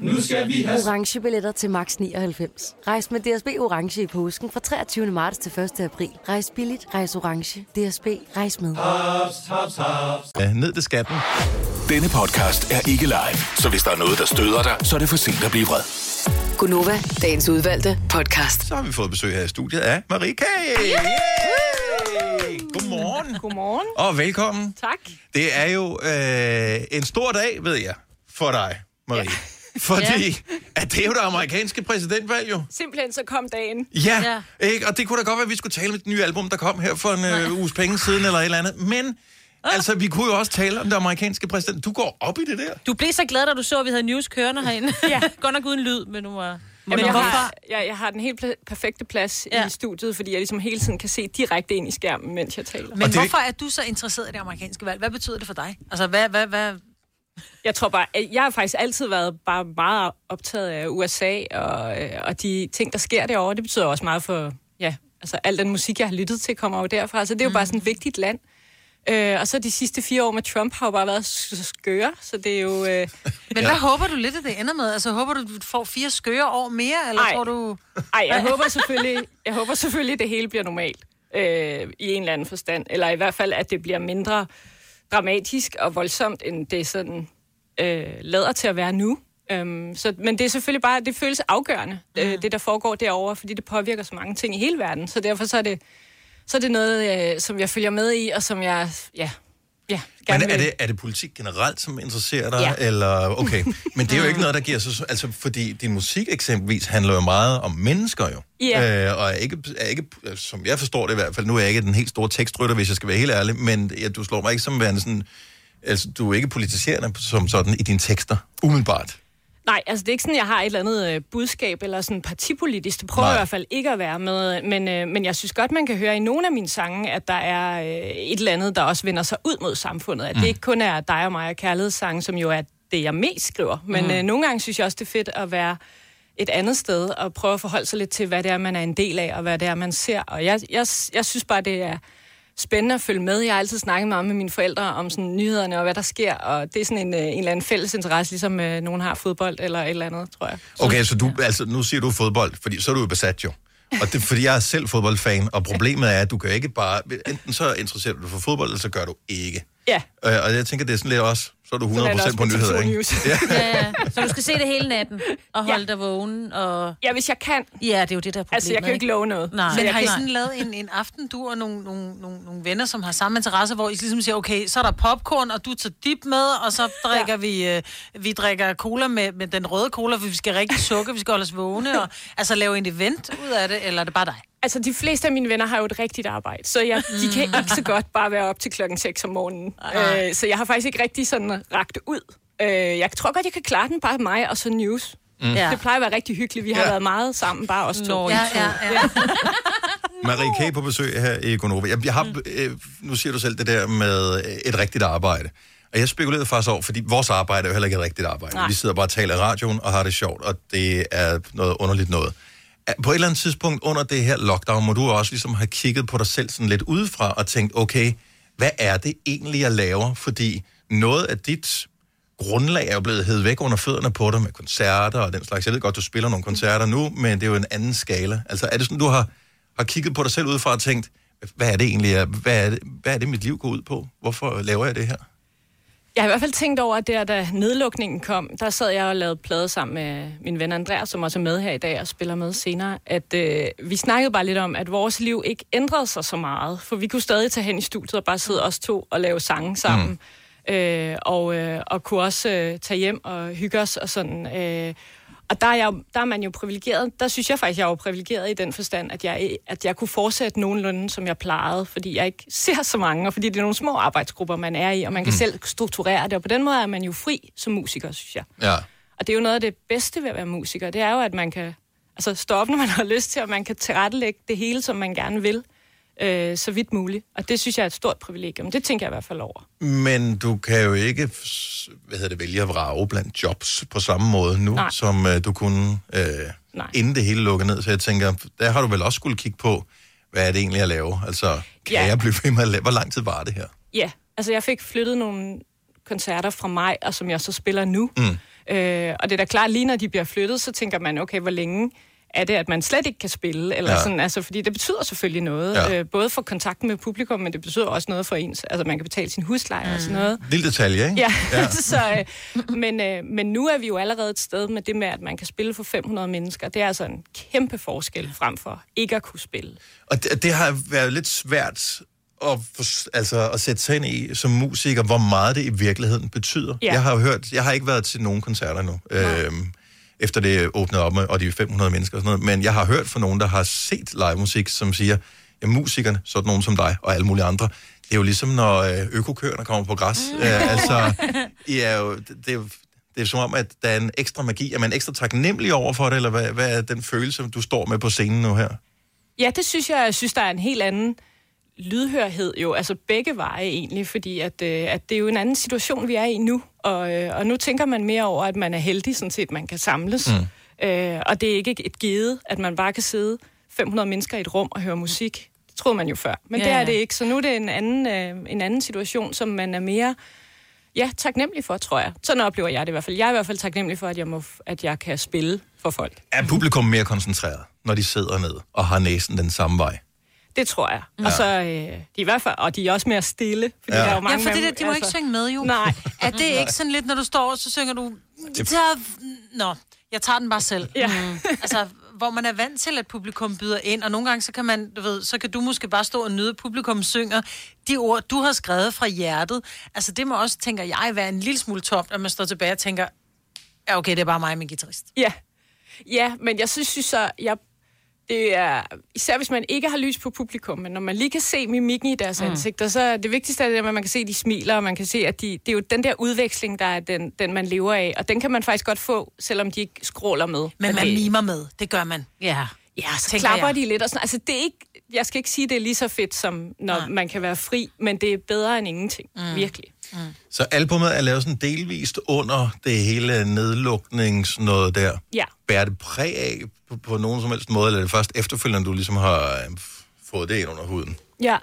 Nu skal vi have... Orange billetter til max 99. Rejs med DSB Orange i påsken fra 23. marts til 1. april. Rejs billigt, rejs orange. DSB, rejs Ah, med. Haps, haps, haps. ja, ned til skatten. Denne podcast er ikke live, så hvis der er noget, der støder dig, så er det for sent at blive vred. Gunova, dagens udvalgte podcast. Så har vi fået besøg her i studiet af Marie Kage. Yay! Godmorgen. Godmorgen. Og velkommen. Tak. Det er jo øh, en stor dag, ved jeg, for dig, Marie. Ja. Fordi at det er jo det amerikanske præsidentvalg, jo. Simpelthen så kom dagen. Ja, ja. Ikke? og det kunne da godt være, at vi skulle tale om det nye album, der kom her for en øh, uges penge siden, eller et eller andet. Men, altså, vi kunne jo også tale om det amerikanske præsident. Du går op i det der. Du blev så glad, da du så, at vi havde news kørende herinde. ja. Godt nok uden lyd, men nu var... Jamen, jeg, har, jeg, jeg har den helt pla- perfekte plads ja. i studiet, fordi jeg ligesom hele tiden kan se direkte ind i skærmen, mens jeg taler. Men det... hvorfor er du så interesseret i det amerikanske valg? Hvad betyder det for dig? Altså, hvad, hvad, hvad, Jeg tror bare, at jeg har faktisk altid været bare meget optaget af USA, og, øh, og de ting, der sker derovre, det betyder også meget for, ja, altså al den musik, jeg har lyttet til, kommer jo derfra, så det er Mm. jo bare sådan et vigtigt land. Øh, og så de sidste fire år med Trump har jo bare været s- skøre, så det er jo... Men Øh, ja. hvad håber du lidt, at det ender med? Altså, håber du, du får fire skøre år mere, eller Ej. tror du... Ej, jeg håber selvfølgelig, jeg håber selvfølgelig, at det hele bliver normalt. øh, i en eller anden forstand. Eller i hvert fald, at det bliver mindre dramatisk og voldsomt, end det sådan øh, lader til at være nu. Øhm, så, men det er selvfølgelig bare, det føles afgørende, øh, det der foregår derovre, fordi det påvirker så mange ting i hele verden. Så derfor så er det, så er det noget, øh, som jeg følger med i, og som jeg ja, ja, gerne Men er vil. det, er det politik generelt, som interesserer dig? Ja. Eller, okay. Men det er jo ikke noget, der giver sig... Altså, fordi din musik eksempelvis handler jo meget om mennesker jo. Ja. Øh, og er ikke, er ikke, som jeg forstår det i hvert fald, nu er jeg ikke den helt store tekstrytter, hvis jeg skal være helt ærlig, men ja, du slår mig ikke som værende sådan... Altså, du er ikke politiserende som sådan i dine tekster, umiddelbart. Nej, altså det er ikke sådan, jeg har et eller andet øh, budskab eller sådan partipolitisk. Det prøver Nej. jeg i hvert fald ikke at være med. Men, øh, men jeg synes godt, man kan høre i nogle af mine sange, at der er øh, et eller andet, der også vender sig ud mod samfundet. At mm. det ikke kun er dig og mig og kærlighedssange, som jo er det, jeg mest skriver. Men Mm. mm. øh, nogle gange synes jeg også, det er fedt at være et andet sted og prøve at forholde sig lidt til, hvad det er, man er en del af, og hvad det er, man ser. Og jeg, jeg, jeg synes bare, det er spændende at følge med. Jeg har altid snakket meget med mine forældre om sådan, nyhederne og hvad der sker, og det er sådan en, øh, en eller anden fælles interesse, ligesom øh, nogen har fodbold eller et eller andet, tror jeg. Okay, så du, altså, nu siger du fodbold, fordi så er du jo besat jo. Og det, fordi jeg er selv fodboldfan, og problemet er, at du kan ikke bare... Enten så interesserer du dig for fodbold, eller så gør du ikke. Ja. Øh, og jeg tænker, det er sådan lidt også, så er du Sådan er det 100% på også med nyheder, TV2 ikke? News. Ja. Ja, ja. Så du skal se det hele natten og holde ja. dig vågen. Og... Ja, hvis jeg kan. Ja, det er jo det, der er problemet. Altså, jeg kan jo ikke love noget. Nej. Men har I sådan lavet en, en aften, du og nogle, nogle, nogle, nogle venner, som har samme interesse, hvor I ligesom siger, okay, så er der popcorn, og du tager dip med, og så drikker ja. vi, øh, vi drikker cola med, med den røde cola, for vi skal rigtig sukke, vi skal holde os vågne, og altså lave en event ud af det, eller er det bare dig? Altså, de fleste af mine venner har jo et rigtigt arbejde, så jeg, de kan ikke så godt bare være op til klokken 6 om morgenen. Nej. Øh, så jeg har faktisk ikke rigtig sådan ragt ud. Øh, jeg tror godt, jeg kan klare den, bare mig og så News. Mm. Mm. Ja. Det plejer at være rigtig hyggeligt. Vi har Ja. ja. været meget sammen, bare os to. Nå, I to. ja. Marie K. på besøg her i Gonova. Jeg, jeg har, øh, nu siger du selv det der med øh, et rigtigt arbejde. Og jeg spekulerede faktisk over, fordi vores arbejde er jo heller ikke et rigtigt arbejde. Nej. Nej. Vi sidder bare og taler i radioen og har det sjovt, og det er noget underligt noget. Er- På et eller andet tidspunkt under det her lockdown, må du også ligesom have kigget på dig selv sådan lidt udefra og tænkt, okay, hvad er det egentlig, jeg laver? Fordi noget af dit grundlag er jo blevet hævet væk under fødderne på dig med koncerter og den slags. Jeg ved godt, du spiller nogle koncerter nu, men det er jo en anden skala. Altså er det sådan, du har, har kigget på dig selv udefra og tænkt, hvad er det egentlig, jeg- hvad er det, hvad er det mit liv går ud på? Hvorfor laver jeg det her? Jeg har i hvert fald tænkt over, at der, da nedlukningen kom, der sad jeg og lavede plade sammen med min ven Andreas, som også er med her i dag og spiller med senere, at øh, vi snakkede bare lidt om, at vores liv ikke ændrede sig så meget, for vi kunne stadig tage hen i studiet og bare sidde os to og lave sange sammen, mm. øh, og, øh, og kunne også øh, tage hjem og hygge os og sådan. Øh, og der er, jeg, jo- der er man jo privilegeret. Der synes jeg faktisk, jeg var privilegeret i den forstand, at jeg, at jeg kunne fortsætte nogenlunde, som jeg plejede, fordi jeg ikke ser så mange, og fordi det er nogle små arbejdsgrupper, man er i, og man kan Mm. mm. selv strukturere det, og på den måde er man jo fri som musiker, synes jeg. Ja. Og det er jo noget af det bedste ved at være musiker, det er jo, at man kan altså, stå op, når man har lyst til, og man kan tilrettelægge det hele, som man gerne vil, øh, så vidt muligt. Og det synes jeg er et stort privilegium. Det tænker jeg i hvert fald over. Men du kan jo ikke s- hvad hedder det, vælge at vrage blandt jobs på samme måde nu, Nej. Nej. som øh, du kunne, øh, inden det hele lukker ned. Så jeg tænker, der har du vel også skulle kigge på, hvad er det egentlig, jeg laver? Altså, kan Ja. jeg blive ved med at lave? Hvor lang tid var det her? Ja, altså jeg fik flyttet nogle koncerter fra mig, og som jeg så spiller nu. Mm. Øh, og det er da klart, lige når de bliver flyttet, så tænker man, okay, hvor længe er det, at man slet ikke kan spille? Eller Ja. ja. sådan, altså, fordi det betyder selvfølgelig noget, Ja. ja. øh, både for kontakten med publikum, men det betyder også noget for ens, altså man kan betale sin husleje mm. og sådan noget. Lille detalje, ikke? Ja, ja. så, øh, men, øh, men nu er vi jo allerede et sted med det med, at man kan spille for 500 mennesker. Det er altså en kæmpe forskel frem for ikke at kunne spille. Og det, det har været lidt svært at, for- altså, at sætte sig ind i som musiker, hvor meget det i virkeligheden betyder. Ja. Jeg har jo hørt, jeg har ikke været til nogen koncerter endnu, øhm, efter det åbnede op, og de er 500 mennesker og sådan noget, men jeg har hørt fra nogen, der har set live musik, som siger, ja, musikerne, sådan nogen som dig og alle mulige andre, det er jo ligesom, når øh, økokøerne kommer på græs. Mm. Øh, altså, I er jo, det, det, er jo- det er som om, at der er en ekstra magi. Er man ekstra taknemmelig over for det, eller hvad, hvad er den følelse, du står med på scenen nu her? Ja, det synes jeg, jeg synes, der er en helt anden lydhørhed jo, altså begge veje egentlig, fordi at, øh, at det er jo en anden situation, vi er i nu, og, øh, og nu tænker man mere over, at man er heldig sådan set, man kan samles, mm. øh, og det er ikke et givet, at man bare kan sidde 500 mennesker i et rum og høre musik. Det troede man jo før, men Ja, ja, det er ja. det ikke, så nu er det en anden, øh, en anden situation, som man er mere ja, taknemmelig for, tror jeg. Sådan oplever jeg det i hvert fald. Jeg er i hvert fald taknemmelig for, at jeg, må, f- at jeg kan spille for folk. Er publikum mere koncentreret, når de sidder ned og har næsen den samme vej? Det tror jeg. Ja. Og så øh, de er i hvert fald, og de er også mere stille. Fordi Ja. ja. der er jo Ja, mange altså- Ja, for det med der, dem, de må ikke synge med jo. altså. Nej. Er det ikke sådan lidt, når du står, så synger du... Tager... Nå, jeg tager den bare selv. Ja. Mm. Altså, hvor man er vant til, at publikum byder ind, og nogle gange, så kan man, du ved, så kan du måske bare stå og nyde, at publikum synger de ord, du har skrevet fra hjertet. Altså, det må også, tænker jeg, være en lille smule tomt, at man står tilbage og tænker, ja, okay, det er bare mig og min guitarist. Ja. Ja, men jeg synes jo så, jeg, det er, især hvis man ikke har lys på publikum, men når man lige kan se mimikken i deres Mm. mm. ansigter, så er det vigtigste er det, at man kan se, at de smiler, og man kan se, at de, det er jo den der udveksling, der er den, den, man lever af, og den kan man faktisk godt få, selvom de ikke skråler med. Men man Fordi- mimer med, det gør man. Ja. Ja, så Tænker klapper jeg. jeg. de lidt og sådan. Altså, det er ikke, jeg skal ikke sige, at det er lige så fedt, som når Nej. man kan være fri, men det er bedre end ingenting, mm. virkelig. Mm. Så albumet er lavet sådan delvist under det hele nedluknings noget der. Ja. Bærer det præg af på, på nogen som helst måde, eller er det først efterfølgende, du ligesom har øh, f- fået det ind under huden? Ja.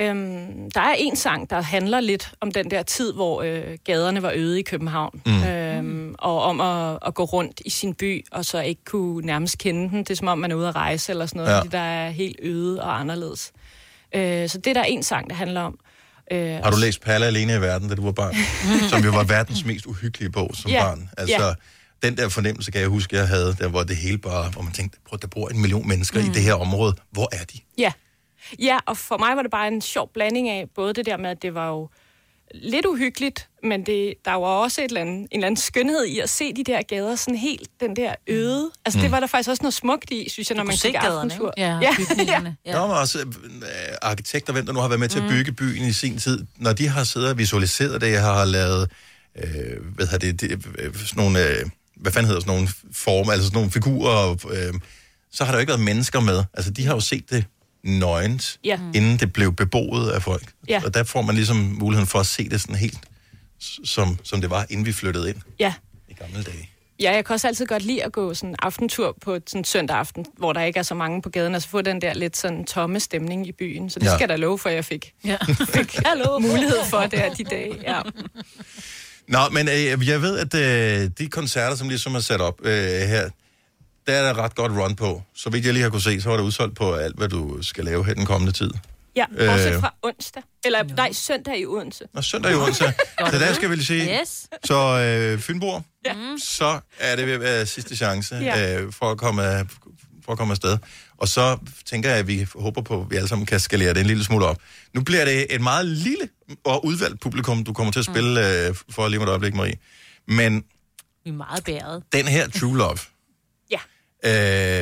Øhm, der er en sang, der handler lidt om den der tid, hvor øh, gaderne var øde i København. Mm. Mm. Øhm, og om at, at gå rundt i sin by, og så ikke kunne nærmest kende den. Det er som om, man er ude at rejse eller sådan noget, Ja. ja. fordi der er helt øde og anderledes. Øh, så det er der en sang, der handler om. Øh, Har du læst Palle alene i verden, da du var barn? som jo var verdens mest uhyggelige bog som Ja, barn. Altså, ja. den der fornemmelse kan jeg huske, jeg havde, der hvor det hele bare, hvor man tænkte, prøv, der bor en million mennesker mm. i Mm. det her område. Hvor er de? Ja. ja, og for mig var det bare en sjov blanding af både det der med, at det var jo lidt uhyggeligt, men det, der var også et eller andet, en eller anden skønhed i at se de der gader sådan helt den der øde. Altså Mm. det var der faktisk også noget smukt i, synes jeg, når Du man kunne se gik gaderne, ikke? aftentur. Ja, ja. Ja. Der var også øh, arkitekter, hvem der nu har været med til at bygge byen i sin tid. Når de har siddet og visualiseret det, jeg har lavet, øh, hvad hedder det, det øh, sådan nogle, øh, hvad fanden hedder sådan nogle former, altså sådan nogle figurer, øh, så har der jo ikke været mennesker med. Altså, de har jo set det nøgent, Ja. Mm. inden det blev beboet af folk. Ja. Og der får man ligesom muligheden for at se det sådan helt, s- som, som det var, inden vi flyttede ind ja. i gamle dage. Ja, jeg kan også altid godt lide at gå sådan en aftentur på sådan søndag aften, hvor der ikke er så mange på gaden, og så få den der lidt sådan tomme stemning i byen. Så det Ja. ja. skal der love for, at jeg fik, ja. fik mulighed for der de dage. Ja. Nå, men øh, jeg ved, at øh, de koncerter, som ligesom er sat op øh, her, der er der ret godt run på. Så vidt jeg lige har kunne se, så var det udsolgt på alt, hvad du skal lave her den kommende tid. Ja, Øh. bortset fra onsdag. Eller no. nej, søndag i Odense. Nå, søndag i Odense. så der skal vi lige sige. Yes. Så øh, Fynborg, ja. så er det ved at være sidste chance Ja. øh, for, at komme, for at komme afsted. Og så tænker jeg, at vi håber på, at vi alle sammen kan skalere det en lille smule op. Nu bliver det et meget lille og udvalgt publikum, du kommer til at spille øh, for lige om et øjeblik, Marie. Men Vi er meget bæret. den her True Love. Ja.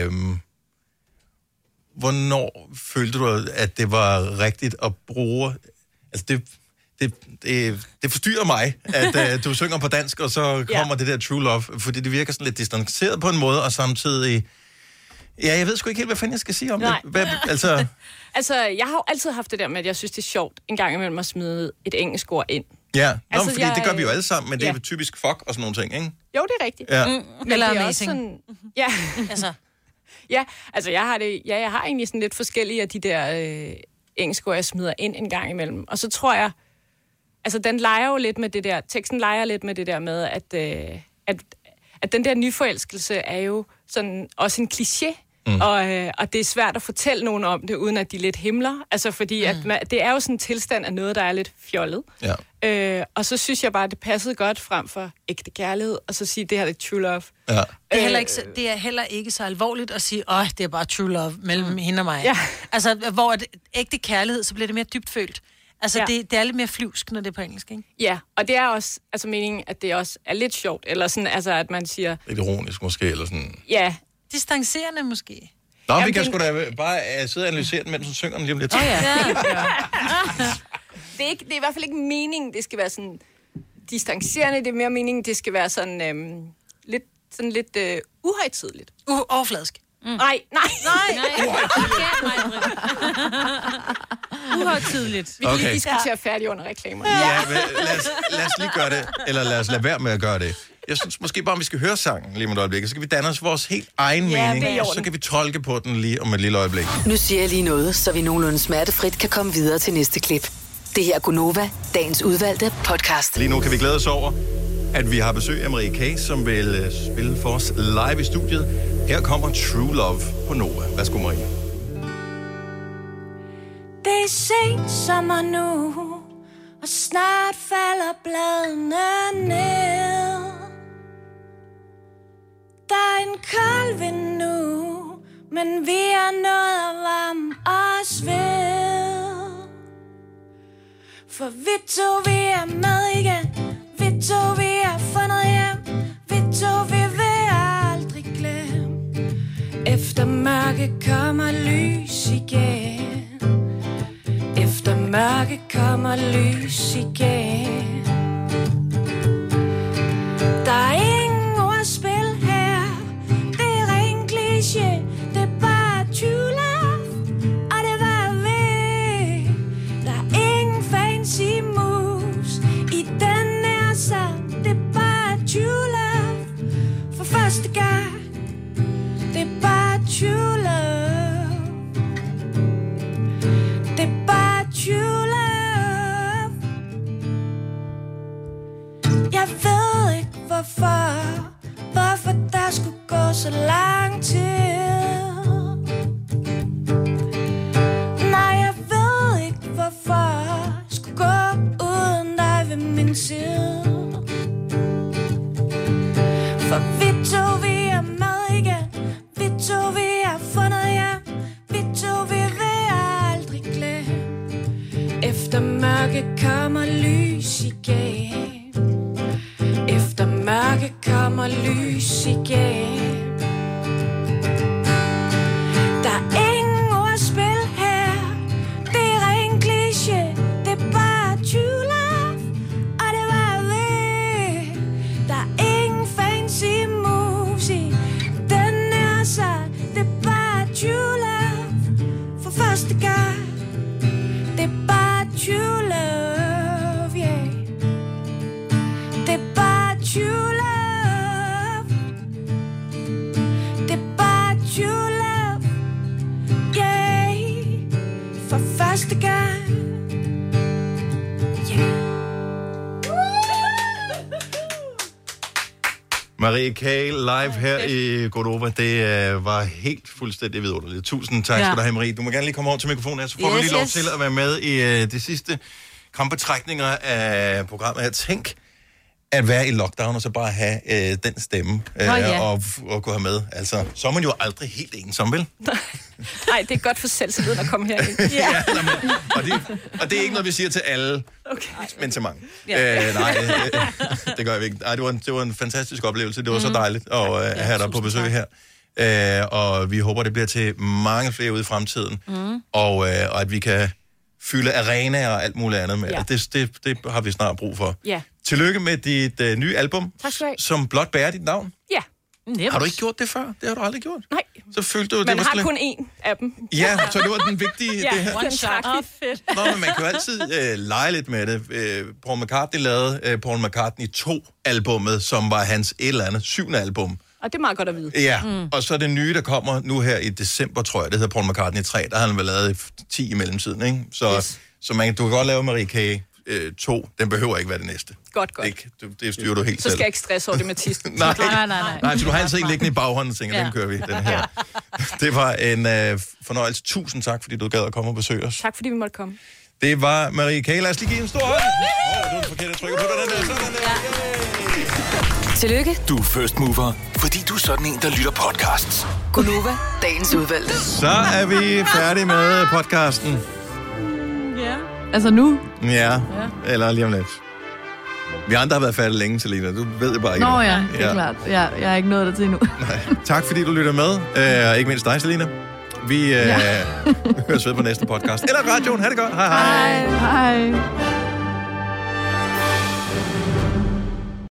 Øhm, hvornår følte du, at det var rigtigt at bruge... Altså, det, det, det, det forstyrrer mig, at uh, du synger på dansk, og så kommer ja. det der True Love, fordi det virker sådan lidt distanceret på en måde, og samtidig... Ja, jeg ved sgu ikke helt, hvad fanden jeg skal sige om Nej. det. Hvad, altså, Altså, jeg har jo altid haft det der med, at jeg synes, det er sjovt en gang imellem at smide et engelsk ord ind. ja, Nå, Altså, altså, fordi jeg- det gør vi jo alle sammen, men det ja. er typisk fuck og sådan nogle ting, ikke? Jo, det er rigtigt. Ja. Mm, Men eller det er amazing. sådan, ja. altså. ja, altså jeg har, det, ja, jeg har egentlig sådan lidt forskellige af de der øh, engelske ord, jeg smider ind en gang imellem. Og så tror jeg, altså den leger jo lidt med det der, teksten leger lidt med det der med, at, øh, at, at den der nyforelskelse er jo sådan også en kliché. Mm. Og, øh, og det er svært at fortælle nogen om det, uden at de lidt himler. Altså fordi, mm. at man, det er jo sådan en tilstand af noget, der er lidt fjollet. Ja. Øh, og så synes jeg bare, at det passede godt frem for ægte kærlighed, og så sige, det her er true love. Ja. Det er, heller ikke, så- det er heller ikke så alvorligt at sige, åh, det er bare true love mellem mm. hende og mig. Ja. Altså, hvor at ægte kærlighed, så bliver det mere dybt følt. Altså, ja. Ja. det, det er lidt mere flyvsk, når det er på engelsk, ikke? Ja, og det er også altså, meningen, at det også er lidt sjovt, eller sådan, altså, at man siger, Lidt ironisk måske, eller sådan... ja. Distancerende måske. Nå, Jamen, Jamen, vi kan den- sgu da bare uh, sidde og analysere den, mens du synger den lige om lidt. Åh, ja. det, er ikke, det er i hvert fald ikke meningen, det skal være sådan distancerende, det er mere meningen, det skal være sådan øhm, lidt, sådan lidt øh, uhøjtidligt. Uh, overfladisk. Mm. Nej, nej, nej. Uhøjtidligt. Vi kan okay. Okay. lige diskutere færdig under reklamer. Ja, men lad os, lad os lige gøre det, eller lad os lade være med at gøre det. Jeg synes måske bare, om vi skal høre sangen lige om et øjeblik, og så kan vi danne os vores helt egen Ja, det er i mening, og så orden. kan vi tolke på den lige om et lille øjeblik. Nu siger jeg lige noget, så vi nogenlunde smertefrit kan komme videre til næste klip. Det her er Gunova, dagens udvalgte podcast. Lige nu kan vi glæde os over, at vi har besøg af Marie K., som vil øh, spille for os live i studiet. Her kommer True Love på Nova. Værsgo, Marie. sen sommer nu Og snart falder bladene ned Der er en kold vind nu Men vi er nået at varme os ved For vi to vi er med igen Vi to vi har fundet hjem Vi to vi vil aldrig glemme Efter mørke kommer lys igen efter mørke kommer lys igen Der er ingen ordspil her Det er ren kliché Det er bare true love Og det var ved Der er ingen fancy moves I den her sang Det er bare true love For første gang Det er bare true love det er bare true love Jeg ved ikke hvorfor Hvorfor der skulle gå så lang tid Nej, jeg ved ikke hvorfor Skulle gå uden dig ved min side For vi to vi er med igen Vi to vi har fundet hjem Vi to vi vil aldrig glemme efter mørke kommer lys igen Efter mørke kommer lys igen Der er ingen ordspil her Det er ren kliché Det er bare true love Og det var ved Der er ingen fancy moves i Den her sang Det er bare true love For første gang det er bare true love, yeah. Det er bare true love. Det er bare true love, yeah. For første gang. Marie K. live her i Godova. Det øh, var helt fuldstændig vidunderligt. Tusind tak Ja. ja. skal du have, Marie. Du må gerne lige komme over til mikrofonen her, så får yes, du Yes, lige lov yes. til at være med i øh, de sidste krampetrækninger af programmet her. Tænk at være i lockdown og så bare have øh, den stemme øh, Nå, ja. og, og kunne have med. Altså, så er man jo aldrig helt ensom, vel? Nej, det er godt for selvtilliden at komme herind. Ja, nå, men- og, det, og det er ikke noget, vi siger til alle, okay. men til mange. Ja. Ja. Øh, nej, øh, det gør vi ikke. Ej, det, var en, det var en fantastisk oplevelse. Det var mm. Mhm. så dejligt at øh, have dig på besøg her. Øh, og vi håber, det bliver til mange flere ude i fremtiden. Mm. Og, øh, og at vi kan fylde arenaer og alt muligt andet med. Ja. Ja. Det, det, det har vi snart brug for. Ja. Tillykke med dit øh, nye album, Tak skal du have. som blot bærer dit navn. Ja. Nemt. Har du ikke gjort det før? Det har du aldrig gjort. Nej. Så følte du, Man det var har slet- kun én af dem. Ja, så det var den vigtige, ja, det her. One shot. Oh, fedt. Nå, men man kan jo altid øh, lege lidt med det. Øh, Paul McCartney lavede øh, Paul McCartney 2 albummet, som var hans et eller andet syvende album. Og det er meget godt at vide. Ja, mm. og så det nye, der kommer nu her i december, tror jeg, det hedder Paul McCartney 3, der har han vel lavet 10 i mellemtiden, ikke? Så, yes. så man, du kan godt lave Marie K. Øh, 2, den behøver ikke være det næste. Godt, godt. Ikke? Det, det styrer du helt Så selv. skal jeg ikke stresse over det med tisten. Nej. Nej, Nej, så du har altid en liggende i baghånden og tænker, ja. Ja. den kører vi, den her. Det var en øh, fornøjelse. Tusind tak, fordi du gad at komme og besøge os. Tak fordi vi måtte komme. Det var Marie K. Lad os lige give en stor hånd. Åh, oh, det var den forkerte, jeg trykker på den der. Sådan der. Tillykke. Du er first mover, fordi du er sådan en, der lytter podcasts. Gunova, dagens udvalgte. Så er vi færdige med podcasten. Ja. Altså nu? Ja, eller lige om lidt. Vi andre har været færdige længe, Selina. Du ved det bare ikke. Nå nu. ja, det er ja. klart. Ja, jeg har ikke nået det til endnu. Tak fordi du lytter med, øh, og ikke mindst dig, Selina. Vi øh, høres ved på næste podcast. Eller radioen. Ha' det godt. Hej hej. Hej. Hej.